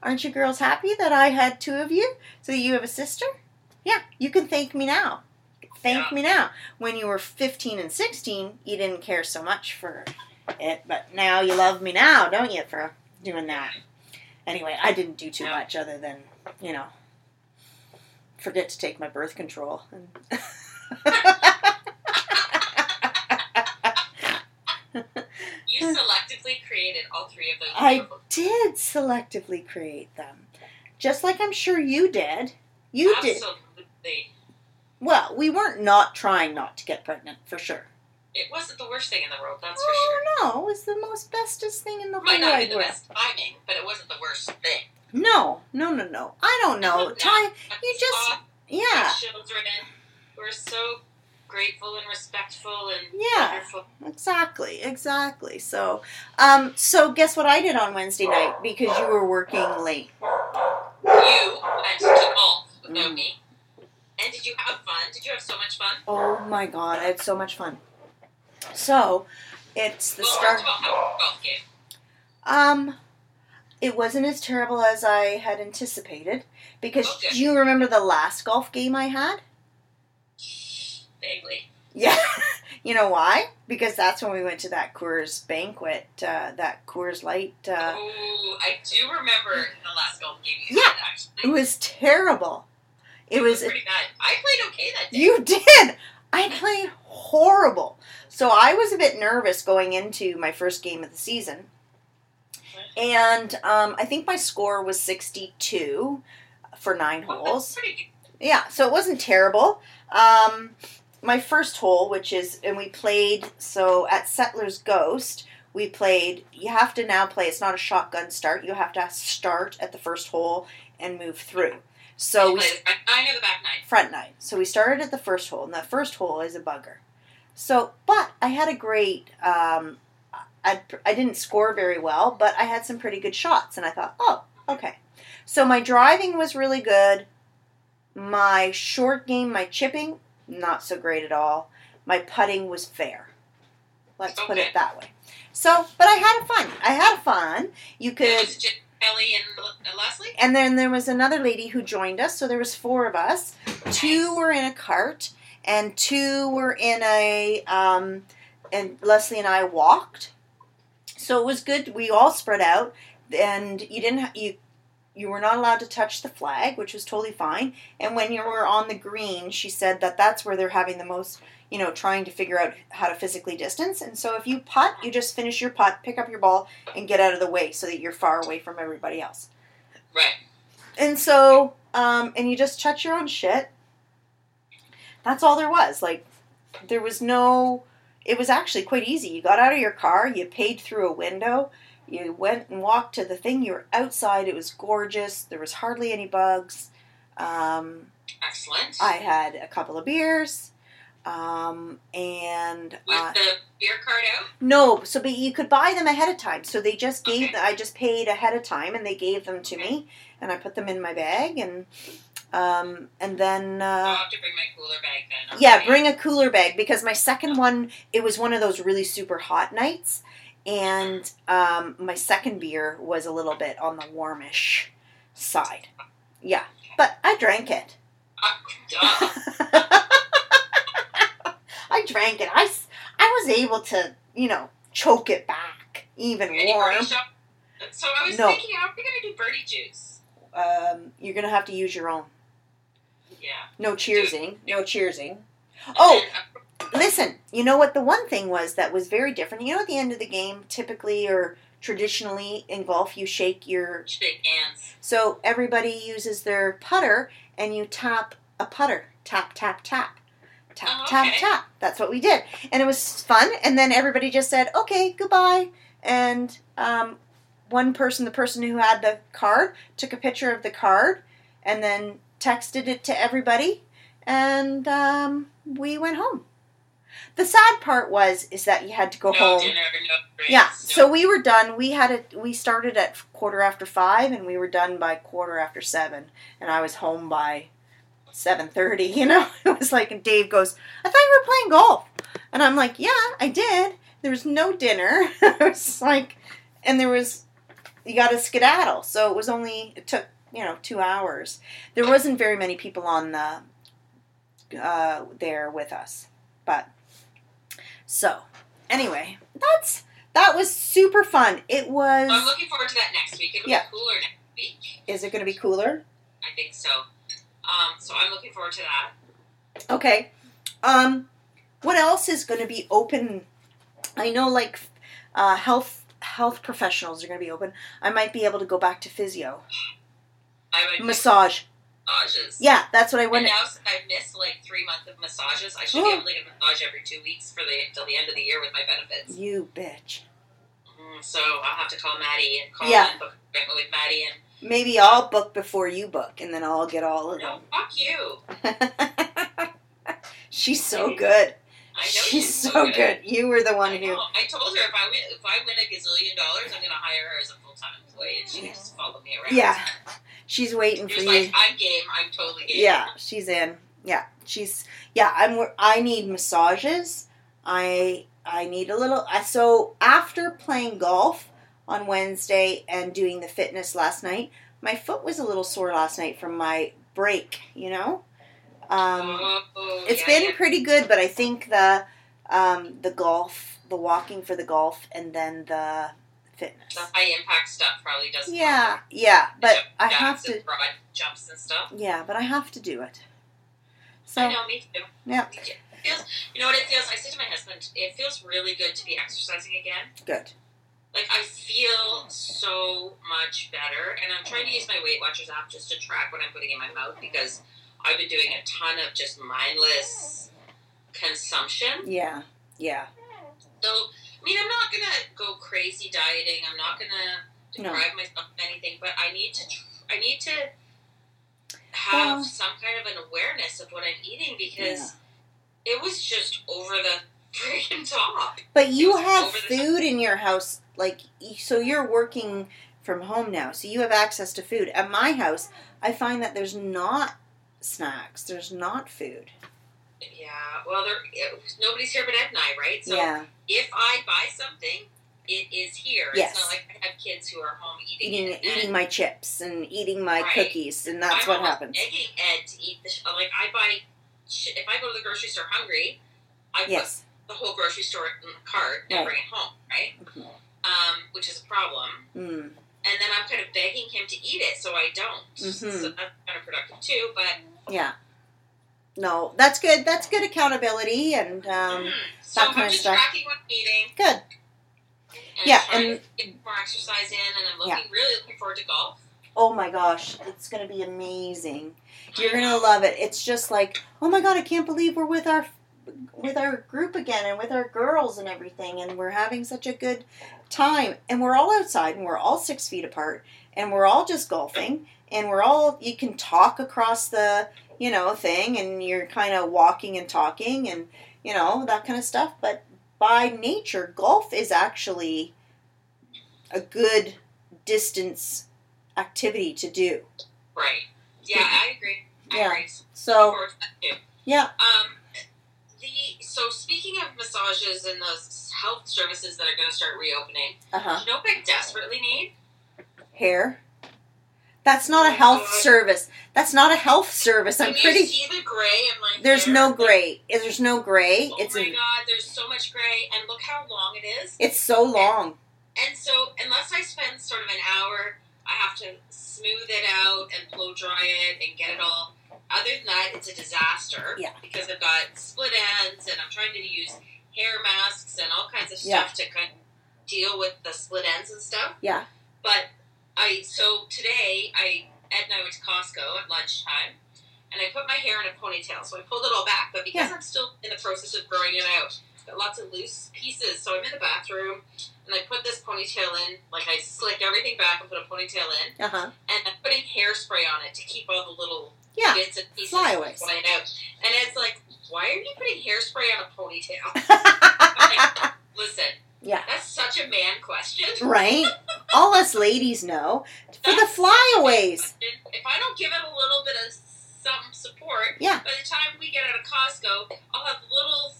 S1: Aren't you girls happy that I had two of you? So that you have a sister? Yeah, you can thank me now. Thank
S2: Yeah.
S1: me now. When you were 15 and 16, you didn't care so much for it, but now you love me now, don't you, for doing that? Anyway, I didn't do too
S2: Yeah.
S1: much other than, you know, forget to take my birth control. And
S2: You selectively created all three of those.
S1: I-
S2: beautiful-
S1: did selectively create them. Just like I'm sure you did. You did.
S2: Absolutely.
S1: Well, we weren't not trying not to get pregnant, for sure.
S2: It wasn't the worst thing in the world, that's for
S1: oh,
S2: sure.
S1: no, it was the most bestest thing in the
S2: Might
S1: whole
S2: not be
S1: wide
S2: the
S1: world.
S2: best timing, but it wasn't the worst thing.
S1: No, no, no, no. I don't know.
S2: No.
S1: Time, You
S2: I
S1: just-
S2: saw
S1: yeah,
S2: the children were so grateful and respectful and
S1: Yeah.
S2: wonderful.
S1: exactly, exactly. So, um, so guess what I did on Wednesday night because you were working late.
S2: You went to golf without
S1: Mm.
S2: me. And did you have fun? Did you have so much fun?
S1: Oh my god, I had so much fun. So, it's the
S2: well,
S1: start.
S2: first of all, how was the golf game?
S1: Um, it wasn't as terrible as I had anticipated because
S2: Okay.
S1: do you remember the last golf game I had?
S2: Vaguely.
S1: Yeah. you know why? Because that's when we went to that Coors banquet, uh, that Coors Light. Uh,
S2: oh, I do remember the last golf game you
S1: Yeah.
S2: had, actually.
S1: It was terrible. It was.
S2: pretty bad. I played okay that day.
S1: You did. I played horrible. So I was a bit nervous going into my first game of the season. And um, I think my score was 62 for nine
S2: Well, that's
S1: holes.
S2: pretty good.
S1: Yeah, so it wasn't terrible. Um, my first hole, which is, and we played, so at Settler's Ghost, we played, you have to now play, it's not a shotgun start, you have to start at the first hole and move through. So
S2: You
S1: we,
S2: played the back nine or the back nine?
S1: front nine. So we started at the first hole, and that first hole is a bugger. So, but I had a great. Um, I I didn't score very well, but I had some pretty good shots, and I thought, oh, okay. So my driving was really good. My short game, my chipping, not so great at all. My putting was fair. Let's put
S2: Okay.
S1: it that way. So, but I had a fun. I had a fun. You
S2: It
S1: could
S2: was Jen Kelly and L- and Leslie?
S1: and then there was another lady who joined us so there was four of us two were in a cart and two were in a um, and leslie and i walked so it was good we all spread out and you didn't ha- you you were not allowed to touch the flag which was totally fine and when you were on the green she said that that's where they're having the most you know trying to figure out how to physically distance and so if you putt you just finish your putt pick up your ball and get out of the way so that you're far away from everybody else
S2: Right.
S1: and so, um, and you just touch your own shit. That's all there was. Like, there was no. It was actually quite easy. You got out of your car, you paid through a window, you went and walked to the thing. You were outside. It was gorgeous. There was hardly any bugs. Um,
S2: Excellent.
S1: I had a couple of beers, um, and
S2: With
S1: uh,
S2: the beer card out?
S1: no, so but you could buy them ahead of time. So they just gave.
S2: Okay.
S1: I just paid ahead of time, and they gave them to me, and I put them in my bag, and um, and then.
S2: I'll
S1: Uh,
S2: have to bring my cooler bag then.
S1: yeah,
S2: okay.
S1: bring a cooler bag because my second one, it was one of those really super hot nights, and um, my second beer was a little bit on the warmish side. Yeah, but I drank it.
S2: Uh, duh.
S1: I drank it. I, s- I was able to, you know, choke it back, even
S2: Any
S1: warm.
S2: birdie shot? So I was
S1: No.
S2: thinking, how are we going to do birdie juice?
S1: Um, you're going to have to use your own.
S2: Yeah.
S1: No cheersing. No cheersing. Oh,
S2: And then, uh,
S1: listen, you know what the one thing was that was very different? You know, at the end of the game, typically or traditionally in golf, you shake your.
S2: shake hands.
S1: So everybody uses their putter and you tap a putter. Tap, tap, tap. Tap,
S2: Oh,
S1: tap,
S2: okay.
S1: tap. That's what we did. And it was fun. And then everybody just said, okay, goodbye. And um, one person, the person who had the card, took a picture of the card and then texted it to everybody. And um, we went home. The sad part was is that you had to go
S2: no
S1: home.
S2: dinner, no drinks.
S1: Yeah.
S2: no-
S1: So we were done. We had it. We started at quarter after five, and we were done by quarter after seven. And I was home by seven thirty. You know, it was like. And Dave goes, "I thought you were playing golf," and I'm like, "Yeah, I did." There was no dinner. it was like, and there was you got to skedaddle. So it was only it took you know two hours. There wasn't very many people on the uh, there with us, but so anyway, that's that was super fun. It
S2: I'm
S1: was.
S2: looking forward to that next week. It'll
S1: Yeah.
S2: be cooler next week.
S1: Is it going to be cooler?
S2: I think so. Um, so I'm looking forward to that.
S1: Okay. Um, what else is going to be open? I know, like, uh, health health professionals are going to be open. I might be able to go back to physio,
S2: I would do
S1: massage.
S2: massages.
S1: Yeah, that's what I
S2: And
S1: wanted.
S2: now since I've missed like three months of massages, I should be able to get a massage every two weeks for the till the end of the year with my benefits.
S1: You bitch.
S2: Mm, so I'll have to call Maddie and call
S1: Yeah.
S2: and book an appointment with Maddie and
S1: Maybe I'll book before you book, and then I'll get all of
S2: no, fuck you.
S1: them. She's so good.
S2: I know
S1: She's so good. You were the one
S2: I,
S1: who.
S2: know. Oh, I told her if I win if I win a gazillion dollars, I'm gonna hire her as a full time employee, and she can just follow me around.
S1: Yeah, she's waiting
S2: she
S1: for
S2: was
S1: you.
S2: like, "I'm game. I'm totally game."
S1: Yeah, she's in. Yeah, she's yeah. I'm. wor- I need massages. I I need a little. I, so after playing golf on Wednesday and doing the fitness last night, my foot was a little sore last night from my break. You know, um,
S2: oh,
S1: it's
S2: yeah,
S1: been
S2: yeah.
S1: pretty good, but I think the um, the golf, the walking for the golf, and then the fitness.
S2: the high impact stuff probably doesn't.
S1: Yeah, yeah, but
S2: Jump
S1: I
S2: jacks
S1: have to.
S2: and broad jumps and stuff.
S1: Yeah, but I have to do it.
S2: I
S1: So
S2: know, me too.
S1: yeah,
S2: It feels, you know what it feels? I said to my husband, it feels really good to be exercising again.
S1: good.
S2: Like I feel so much better, and I'm trying to use my Weight Watchers app just to track what I'm putting in my mouth because I've been doing a ton of just mindless consumption.
S1: Yeah, yeah.
S2: So I mean, I'm not gonna go crazy dieting. I'm not gonna
S1: No.
S2: deprive myself of anything, but I need to. Tr- I need to have
S1: Well-
S2: some kind of an awareness of what I'm eating because it was just over the freaking top.
S1: But you
S2: It was
S1: have
S2: over the top.
S1: food in your house, like y- so. You're working from home now, so you have access to food. At my house, I find that there's not snacks. There's not food.
S2: Yeah, well, there it, nobody's here but Ed and I, right? So
S1: yeah,
S2: if I buy something, it is here.
S1: Yes.
S2: It's not like I have kids who are home eating
S1: eating
S2: it.
S1: eating my chips and eating my
S2: Right.
S1: cookies, and that's
S2: I'm
S1: what
S2: almost
S1: happens.
S2: Egging Ed to eat the sh- like I buy. Sh- if I go to the grocery store hungry, I
S1: Yes,
S2: put the whole grocery store in the cart and
S1: Right.
S2: bring it home, right?
S1: Mhm.
S2: Um, which is a problem.
S1: mm.
S2: And then I'm kind of begging him to eat it, so I don't.
S1: Mhm.
S2: So that's kind of productive too. But
S1: yeah. No, that's good. That's good accountability, and um,
S2: mm, so
S1: that
S2: I'm
S1: kind of
S2: just
S1: stuff.
S2: tracking what I'm eating.
S1: good.
S2: and
S1: Yeah,
S2: trying to get more exercise in, and I'm looking really looking forward to golf.
S1: oh my gosh, it's going to be amazing. You're going to love it. It's just like, oh my god, I can't believe we're with our with our group again and with our girls and everything and we're having such a good time and we're all outside and we're all 6 feet apart and we're all just golfing and we're all you can talk across the, you know, thing and you're kind of walking and talking and you know, that kind of stuff, but by nature golf is actually a good distance activity to do.
S2: Right. Yeah, I agree. I
S1: Yeah.
S2: agree. Of
S1: So,
S2: course, I do.
S1: yeah,
S2: Um, the so speaking of massages and those health services that are going to start reopening,
S1: uh-huh.
S2: you know what I desperately need?
S1: Hair. That's not a health
S2: Uh,
S1: service. That's not a health service. I'm
S2: Can you
S1: pretty
S2: see the gray in my
S1: There's
S2: hair?
S1: no gray. There's no gray.
S2: Oh
S1: It's
S2: my
S1: a,
S2: god, there's so much gray, and look how long it is.
S1: it's so long.
S2: And so, unless I spend sort of an hour, I have to smooth it out and blow dry it and get it all. Other than that, it's a disaster.
S1: Yeah.
S2: Because I've got split ends and I'm trying to use hair masks and all kinds of
S1: Yeah.
S2: stuff to kind of deal with the split ends and stuff.
S1: Yeah.
S2: But I, so today, I, Ed and I went to Costco at lunchtime and I put my hair in a ponytail. So I pulled it all back. But because I'm still in the process of growing it out, got lots of loose pieces. So I'm in the bathroom and I put this ponytail in. Like I slicked everything back and put a ponytail in.
S1: Uh-huh.
S2: And I'm putting hairspray on it to keep all the little
S1: Yeah.
S2: bits and pieces
S1: Flyaways.
S2: flying out. And it's like, why are you putting hairspray on a ponytail? Listen,
S1: Yeah.
S2: that's such a man question.
S1: right? All us ladies know for the flyaways.
S2: If I don't give it a little bit of some support,
S1: Yeah.
S2: by the time we get out of Costco, I'll have little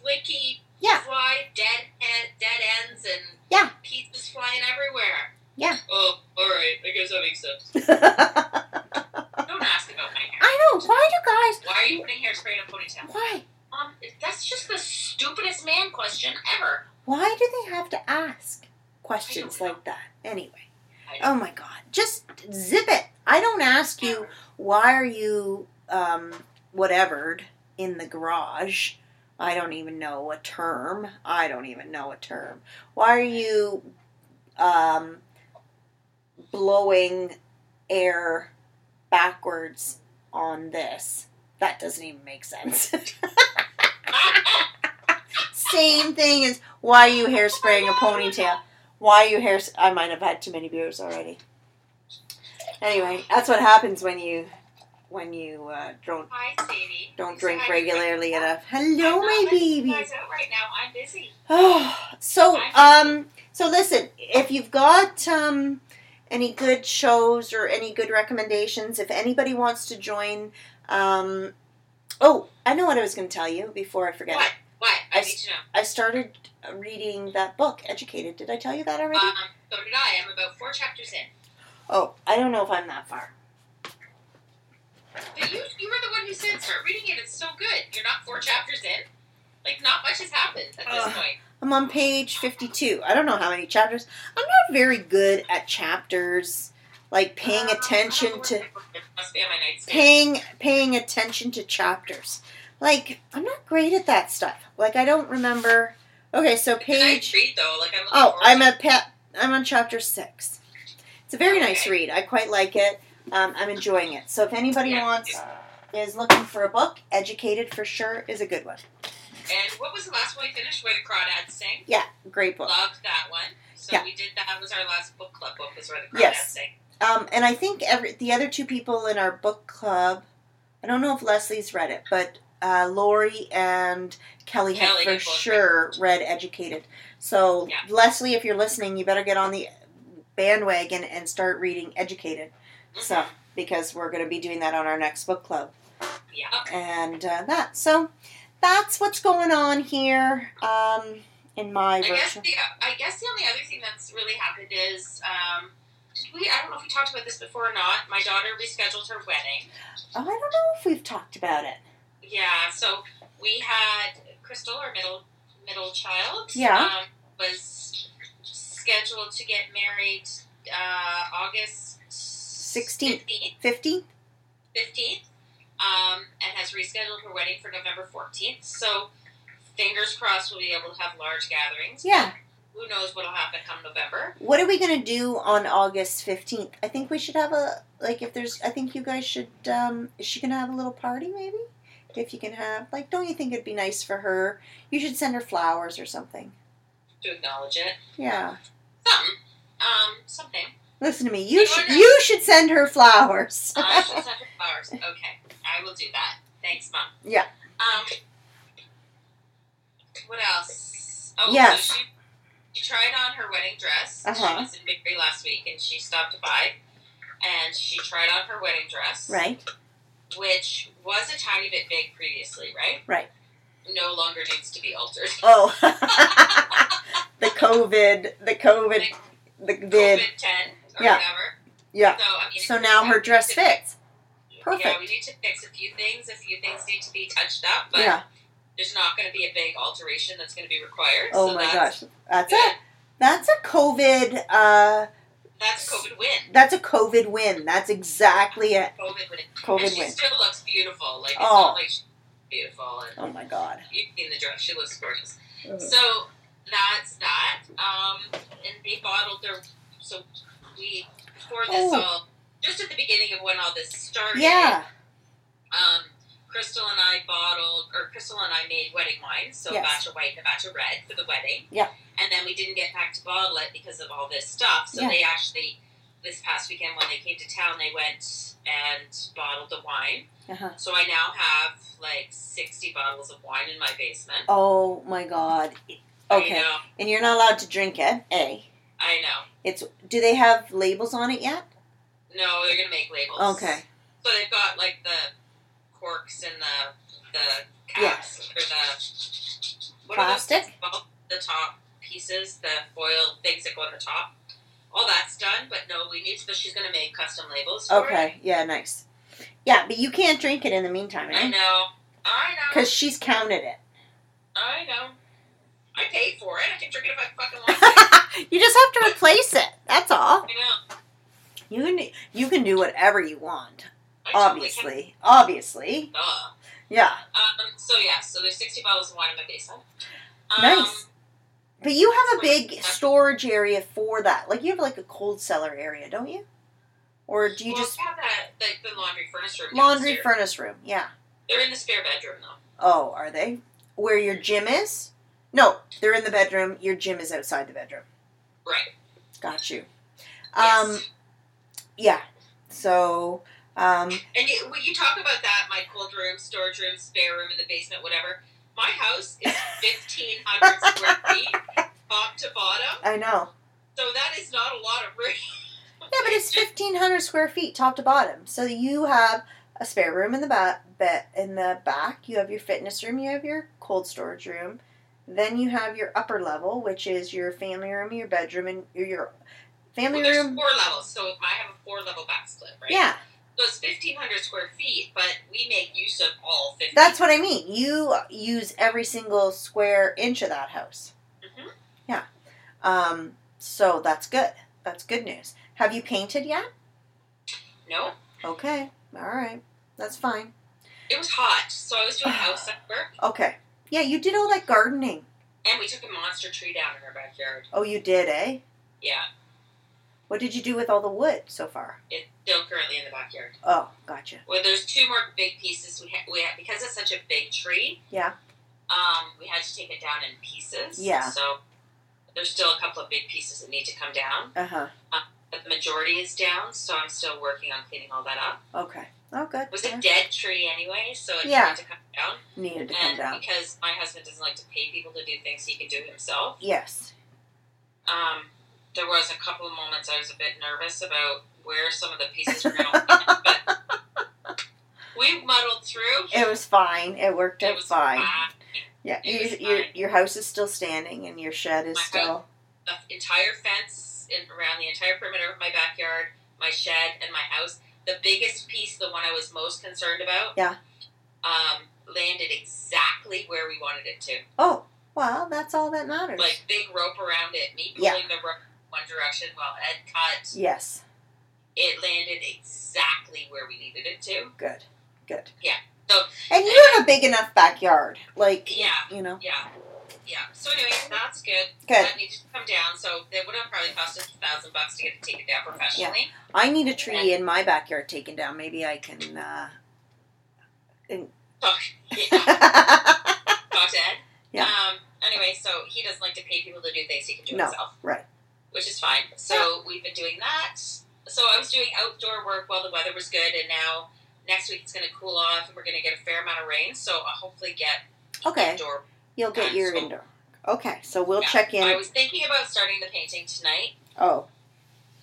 S2: flicky
S1: Yeah.
S2: fly dead en- dead ends and
S1: Yeah.
S2: pieces flying everywhere.
S1: Yeah.
S2: Oh, all right. I guess that makes sense.
S1: I
S2: Don't ask about my hair.
S1: know. Why do guys?
S2: Why are you putting hairspray in a ponytail?
S1: Why?
S2: Um, that's just the stupidest man question ever.
S1: Why do they have to ask questions
S2: I don't know.
S1: like that? Anyway.
S2: I
S1: Oh my god. Just zip it. I don't ask you why are you um whatevered in the garage. I don't even know a term. I don't even know a term. Why are you um blowing air backwards on this? That doesn't even make sense. Same thing as why are you hairspraying a ponietail? Why are you hair? I might have had too many beers already. Anyway, that's what happens when you when you uh, don't
S2: Hi, Sadie.
S1: don't
S2: Say
S1: drink
S2: hi to-
S1: regularly enough.
S2: I'm
S1: Hello,
S2: not
S1: my
S2: letting you
S1: baby.
S2: guys out right now. I'm busy.
S1: Oh, so um, so listen. If you've got um, any good shows or any good recommendations, if anybody wants to join, um, oh, I know what I was going to tell you before I forget.
S2: What? What? I
S1: I
S2: need to know.
S1: I started reading that book, Educated. Did I tell you that already?
S2: Um, so did I. I'm about four chapters in.
S1: oh, I don't know if I'm that far.
S2: But you, you were the one who said start reading it. It's so good. You're not four chapters in. Like not much has happened at this
S1: Ugh.
S2: point.
S1: I'm on page 52. I don't know how many chapters. I'm not very good at chapters, like paying
S2: Um, I
S1: attention
S2: don't know
S1: to
S2: where my book is. It must be on my nightstand.
S1: paying paying attention to chapters. Like I'm not great at that stuff. Like I don't remember. Okay, so
S2: Nice
S1: page.
S2: treat though. Like I'm looking
S1: Oh,
S2: forward
S1: I'm
S2: to
S1: a pet. I'm on chapter six. It's a very nice
S2: Okay.
S1: read. I quite like it. Um, I'm enjoying it. So if anybody
S2: Yeah.
S1: wants is looking for a book, Educated for sure is a good one.
S2: it. And what was the last one we finished? Where the crawdads sing.
S1: Great book.
S2: Loved that one. So
S1: Yeah.
S2: we did that. Was our last book club book was where the crawdads
S1: Yes.
S2: sing.
S1: Um, and I think every the other two people in our book club, I don't know if Leslie's read it, but uh, Lori and Kelly have
S2: Kelly
S1: for
S2: have both
S1: sure read Educated. So
S2: Yeah.
S1: Leslie, if you're listening, you better get on the bandwagon and start reading Educated. So
S2: Mhm.
S1: because we're going to be doing that on our next book club
S2: yeah.
S1: and uh, that. So that's what's going on here um, in my
S2: I guess
S1: virtual.
S2: the I guess the only other thing that's really happened is um, did we? I don't know if we talked about this before or not. My daughter rescheduled her wedding.
S1: Oh, I don't know if we've talked about it.
S2: Yeah, so we had Crystal, our middle middle child.
S1: Yeah.
S2: Um, was scheduled to get married uh, August
S1: 16th.
S2: 15th,
S1: 50?
S2: 15th, um, and has rescheduled her wedding for November 14th. So fingers crossed we'll be able to have large gatherings.
S1: Yeah.
S2: who knows what'll happen come November.
S1: What are we gonna do on August fifteenth? I think we should have a like if there's. I think you guys should. Um, is she gonna have a little party maybe? If you can have like, don't you think it'd be nice for her? You should send her flowers or something.
S2: To acknowledge it,
S1: Yeah.
S2: something, um, something.
S1: Listen to me. You
S2: You
S1: should.
S2: wanna-
S1: You should send her flowers.
S2: I should send her flowers. Okay, I will do that. Thanks, mom.
S1: Yeah.
S2: Um. What else? Oh,
S1: Yes.
S2: So she, she tried on her wedding dress.
S1: Uh-huh.
S2: She was in Victory last week, and she stopped by, and she tried on her wedding dress,
S1: right.
S2: which was a tiny bit big previously, right?
S1: Right.
S2: No longer needs to be altered.
S1: Oh. the COVID. The COVID.
S2: Like
S1: The vid.
S2: COVID ten or
S1: Yeah.
S2: whatever.
S1: Yeah.
S2: So I mean,
S1: So now her dress fits.
S2: Yeah,
S1: Perfect.
S2: we need to fix a few things. A few things need to be touched up, but
S1: Yeah.
S2: there's not going to be a big alteration that's going to be required.
S1: Oh
S2: so
S1: my
S2: that's,
S1: gosh. That's it. That's a COVID. Uh,
S2: That's COVID win.
S1: that's a COVID win. That's exactly it.
S2: COVID win. and
S1: COVID
S2: she
S1: win.
S2: still looks beautiful. Like it's
S1: Oh.
S2: not like she's beautiful. And
S1: Oh my god.
S2: you've seen the dress; she looks gorgeous.
S1: Mm-hmm.
S2: So that's that. Um, and they bottled their. So we before this
S1: Oh.
S2: all just at the beginning of when all this started.
S1: Yeah.
S2: Um, Crystal and I bottled, or Crystal and I made wedding wines, so
S1: Yes.
S2: a batch of white and a batch of red for the wedding.
S1: Yeah.
S2: And then we didn't get back to bottle it because of all this stuff. So
S1: Yeah.
S2: they actually, this past weekend when they came to town, they went and bottled the wine.
S1: Uh-huh.
S2: So I now have like 60 bottles of wine in my basement.
S1: Oh my god.
S2: I
S1: Okay.
S2: know.
S1: And you're not allowed to drink it. A.
S2: I know.
S1: It's. Do they have labels on it yet?
S2: No, they're going to make labels.
S1: Okay.
S2: So they've got like the corks and the the caps or the what are those
S1: Plastic?
S2: things called? the top pieces, the foil things that go on the top. All that's done, but no, we need. But she's gonna make custom labels. For It.
S1: Okay. Yeah. Nice. Yeah, but you can't drink it in the meantime,
S2: I
S1: eh?
S2: know. I know.
S1: Because she's counted it.
S2: I know. I paid for it. I can drink it if I fucking want to.
S1: you just have to replace it. That's all.
S2: I know.
S1: You can you can do whatever you want.
S2: I totally can.
S1: Obviously, obviously,
S2: Duh.
S1: yeah.
S2: Um. So yeah. So there's 60 bottles of wine in my basement. Um,
S1: Nice. But you have a big storage area for that. Like you have like a cold cellar area, don't you? Or do you
S2: well,
S1: just
S2: we have that like the laundry furnace room.
S1: laundry
S2: downstairs.
S1: furnace room? Yeah.
S2: They're in the spare bedroom though.
S1: Oh, are they? Where your gym is? No, they're in the bedroom. Your gym is outside the bedroom.
S2: Right.
S1: Got you.
S2: Yes.
S1: Um, yeah. So, um,
S2: And you, when you talk about that, my cold room, storage room, spare room in the basement, whatever. My house is fifteen hundred square feet, top to bottom.
S1: I know.
S2: So that is not a lot of room.
S1: Yeah, but it's fifteen hundred square feet, top to bottom. So you have a spare room in the back, bed in the back. You have your fitness room. You have your cold storage room. Then you have your upper level, which is your family room, your bedroom, and your, your family
S2: Well, there's
S1: room.
S2: four levels, so I have a four level back split, right?
S1: Yeah,
S2: So it's fifteen hundred square feet, but we make use of all fifteen.
S1: that's what I mean. You use every single square inch of that house.
S2: Mhm.
S1: Yeah. Um, so that's good. That's good news. Have you painted yet?
S2: no.
S1: Okay. All right. That's fine.
S2: It was hot, so I was doing house at work,
S1: Okay. Yeah, you did all that gardening.
S2: and we took a monster tree down in our backyard.
S1: Oh, you did, eh?
S2: Yeah,
S1: What did you do with all the wood so far?
S2: it's still currently in the backyard.
S1: Oh, gotcha.
S2: Well, there's two more big pieces. We ha- we ha- because it's such a big tree.
S1: Yeah.
S2: Um, we had to take it down in pieces.
S1: Yeah.
S2: So there's still a couple of big pieces that need to come down,
S1: Uh huh.
S2: but the majority is down. So I'm still working on cleaning all that up.
S1: Okay. Oh, good.
S2: It was
S1: Yeah.
S2: a dead tree anyway, so it
S1: Yeah.
S2: had to come down.
S1: Needed to come
S2: and
S1: down.
S2: because my husband doesn't like to pay people to do things he can do himself,
S1: Yes.
S2: um, there was a couple of moments I was a bit nervous about where some of the pieces were going to land, but we muddled through.
S1: It was fine. It worked
S2: It
S1: out
S2: was
S1: fine.
S2: fine.
S1: Yeah.
S2: It
S1: you-
S2: was
S1: your
S2: fine.
S1: your house is still standing, and your shed is
S2: My
S1: still.
S2: the entire fence in, around the entire perimeter of my backyard, my shed, and my house. The biggest piece, the one I was most concerned about,
S1: Yeah.
S2: um, landed exactly where we wanted it to.
S1: Oh, well, that's all that matters.
S2: Like big rope around it, me pulling
S1: Yeah.
S2: the rope one direction while Ed cut.
S1: yes.
S2: It landed exactly where we needed it to.
S1: Good. Good.
S2: Yeah, so-
S1: And you have a big enough backyard. Like.
S2: Yeah.
S1: You know.
S2: Yeah, yeah. So anyway, that's good.
S1: Good.
S2: That needed to come down. So that would have probably cost us a thousand bucks to get it taken down professionally.
S1: I need a tree in my backyard taken down. Maybe I can. Uh...
S2: So, yeah. Talk to Ed.
S1: Yeah.
S2: Um, anyway, so he doesn't like to pay people to do things he can do
S1: No,
S2: himself.
S1: right.
S2: Which is fine. So we've been doing that. So I was doing outdoor work while the weather was good, and now next week it's going to cool off, and we're going to get a fair amount of rain. So I'll hopefully get
S1: okay,
S2: indoor.
S1: you'll get your
S2: So-
S1: indoor. Okay, so we'll
S2: Yeah.
S1: check
S2: I
S1: in.
S2: was thinking about starting the painting tonight,
S1: Oh,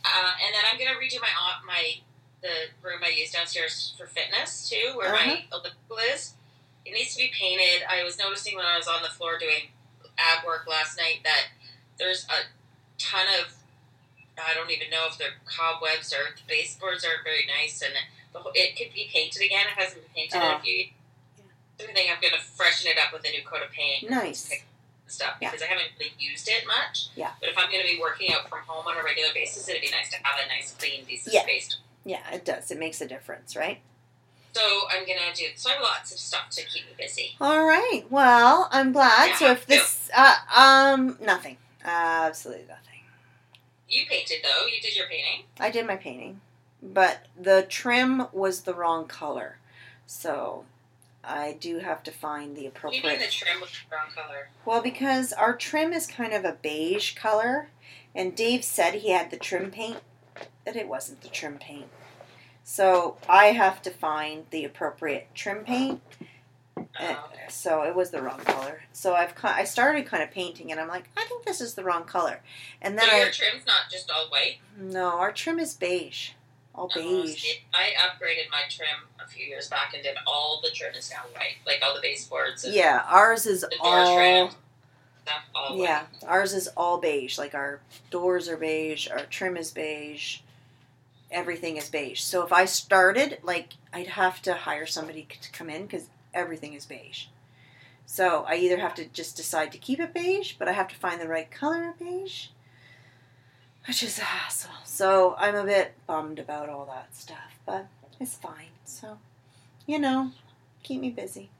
S2: uh, and then I'm going to redo my au- my the room I use downstairs for fitness too, where my elliptical is. It needs to be painted. I was noticing when I was on the floor doing ab work last night that there's a ton of I don't even know if they're cobwebs or the baseboards aren't very nice, and the whole, it could be painted again. It hasn't been painted in
S1: Oh.
S2: a few. years. So I think I'm going to freshen it up with a new coat of paint
S1: nice.
S2: and stuff
S1: Yeah.
S2: because I haven't really used it much.
S1: Yeah.
S2: But if I'm going to be working out from home on a regular basis, it'd be nice to have a nice, clean, decent
S1: Yeah.
S2: space.
S1: Yeah, it does. It makes a difference, right?
S2: So I'm going to do. So I have lots of stuff to keep me busy.
S1: All right. Well, I'm glad.
S2: Yeah,
S1: so if
S2: yeah.
S1: this, uh, um, nothing, absolutely nothing.
S2: You painted though. You did your painting.
S1: I did my painting, but the trim was the wrong color, so I do have to find the
S2: You mean the
S1: appropriate.
S2: trim with the brown color?
S1: Well, because our trim is kind of a beige color, and Dave said he had the trim paint, but it wasn't the trim paint. So I have to find the appropriate trim paint. Uh,
S2: Oh, okay.
S1: so it was the wrong color. So I've ki- I started kind of painting, and I'm like, I think this is the wrong color. And then
S2: So your
S1: I
S2: trim's not just all white.
S1: no, our trim is beige, all
S2: Oh,
S1: beige.
S2: see, I upgraded my trim a few years back and did all the trim is now white, like all the baseboards and
S1: Yeah, ours is
S2: the door trim.
S1: all
S2: Stuff all
S1: yeah,
S2: white.
S1: ours is all beige. Like our doors are beige, our trim is beige, everything is beige. So if I started, like I'd have to hire somebody c- to come in because everything is beige. So I either have to just decide to keep it beige, but I have to find the right color of beige, which is a hassle. So I'm a bit bummed about all that stuff, but it's fine. So you know, keep me busy.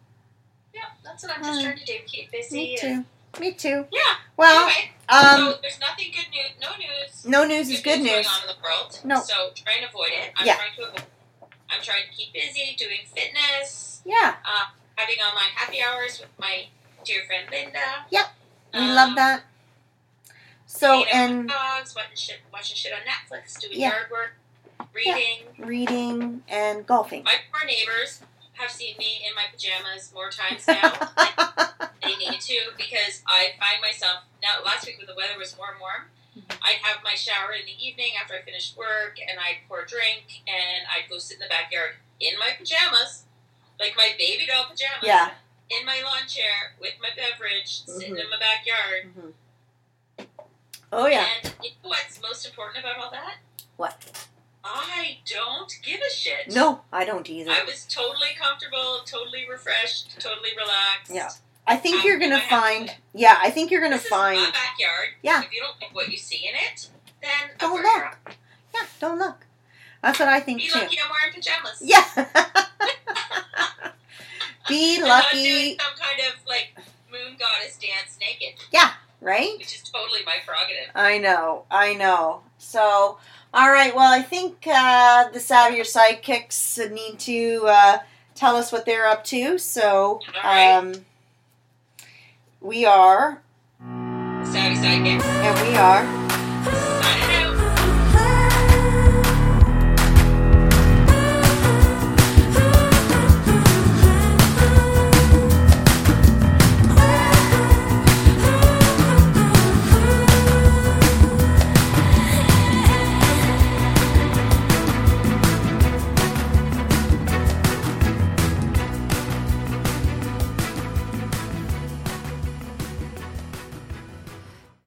S2: Yeah, that's what I'm just
S1: Mm.
S2: trying to do. Keep busy.
S1: Me
S2: And,
S1: too. Me too.
S2: yeah.
S1: Well,
S2: anyway,
S1: um.
S2: so there's nothing good news. No news.
S1: No news is good
S2: going
S1: news.
S2: on in the world.
S1: No.
S2: So try and avoid it. I'm
S1: Yeah.
S2: trying to avoid. I'm trying to keep busy doing fitness, uh,
S1: Yeah,
S2: having online happy hours with my dear friend Linda.
S1: Yep. we
S2: Um,
S1: love that. So,
S2: hanging out with
S1: and
S2: dogs, watching shit, watching shit on Netflix, doing
S1: Yeah.
S2: yard work, reading.
S1: reading and golfing.
S2: My poor neighbors have seen me in my pajamas more times now than they need to because I find myself now. Last week when the weather was warm, warm,
S1: Mm-hmm.
S2: I'd have my shower in the evening after I finished work, and I'd pour a drink, and I'd go sit in the backyard in my pajamas, like my baby doll pajamas,
S1: yeah.
S2: in my lawn chair with my beverage, sitting in my backyard.
S1: Mhm. Oh, yeah.
S2: And you know what's most important about all that?
S1: What?
S2: I don't give a shit.
S1: No, I don't either.
S2: I was totally comfortable, totally refreshed, totally relaxed.
S1: Yeah. I think
S2: I'm
S1: you're going
S2: gonna
S1: to
S2: um, have
S1: find.
S2: to-
S1: Yeah, I think you're going to
S2: This is my
S1: find.
S2: backyard.
S1: Yeah.
S2: If you don't like what you see in it, then
S1: Don't
S2: avert
S1: look.
S2: your eyes.
S1: Yeah, don't look. That's what I think
S2: Be
S1: too.
S2: lucky I'm wearing pajamas.
S1: Yeah. Be
S2: I'm not doing
S1: lucky,
S2: some kind of like moon goddess dance naked,
S1: right?
S2: which is totally my prerogative.
S1: I know, I know. So, all right. Well, I think uh, the Savvier sidekicks need to uh, tell us what they're up to. So,
S2: All right.
S1: um, we are,
S2: Savvy sidekick.
S1: and we are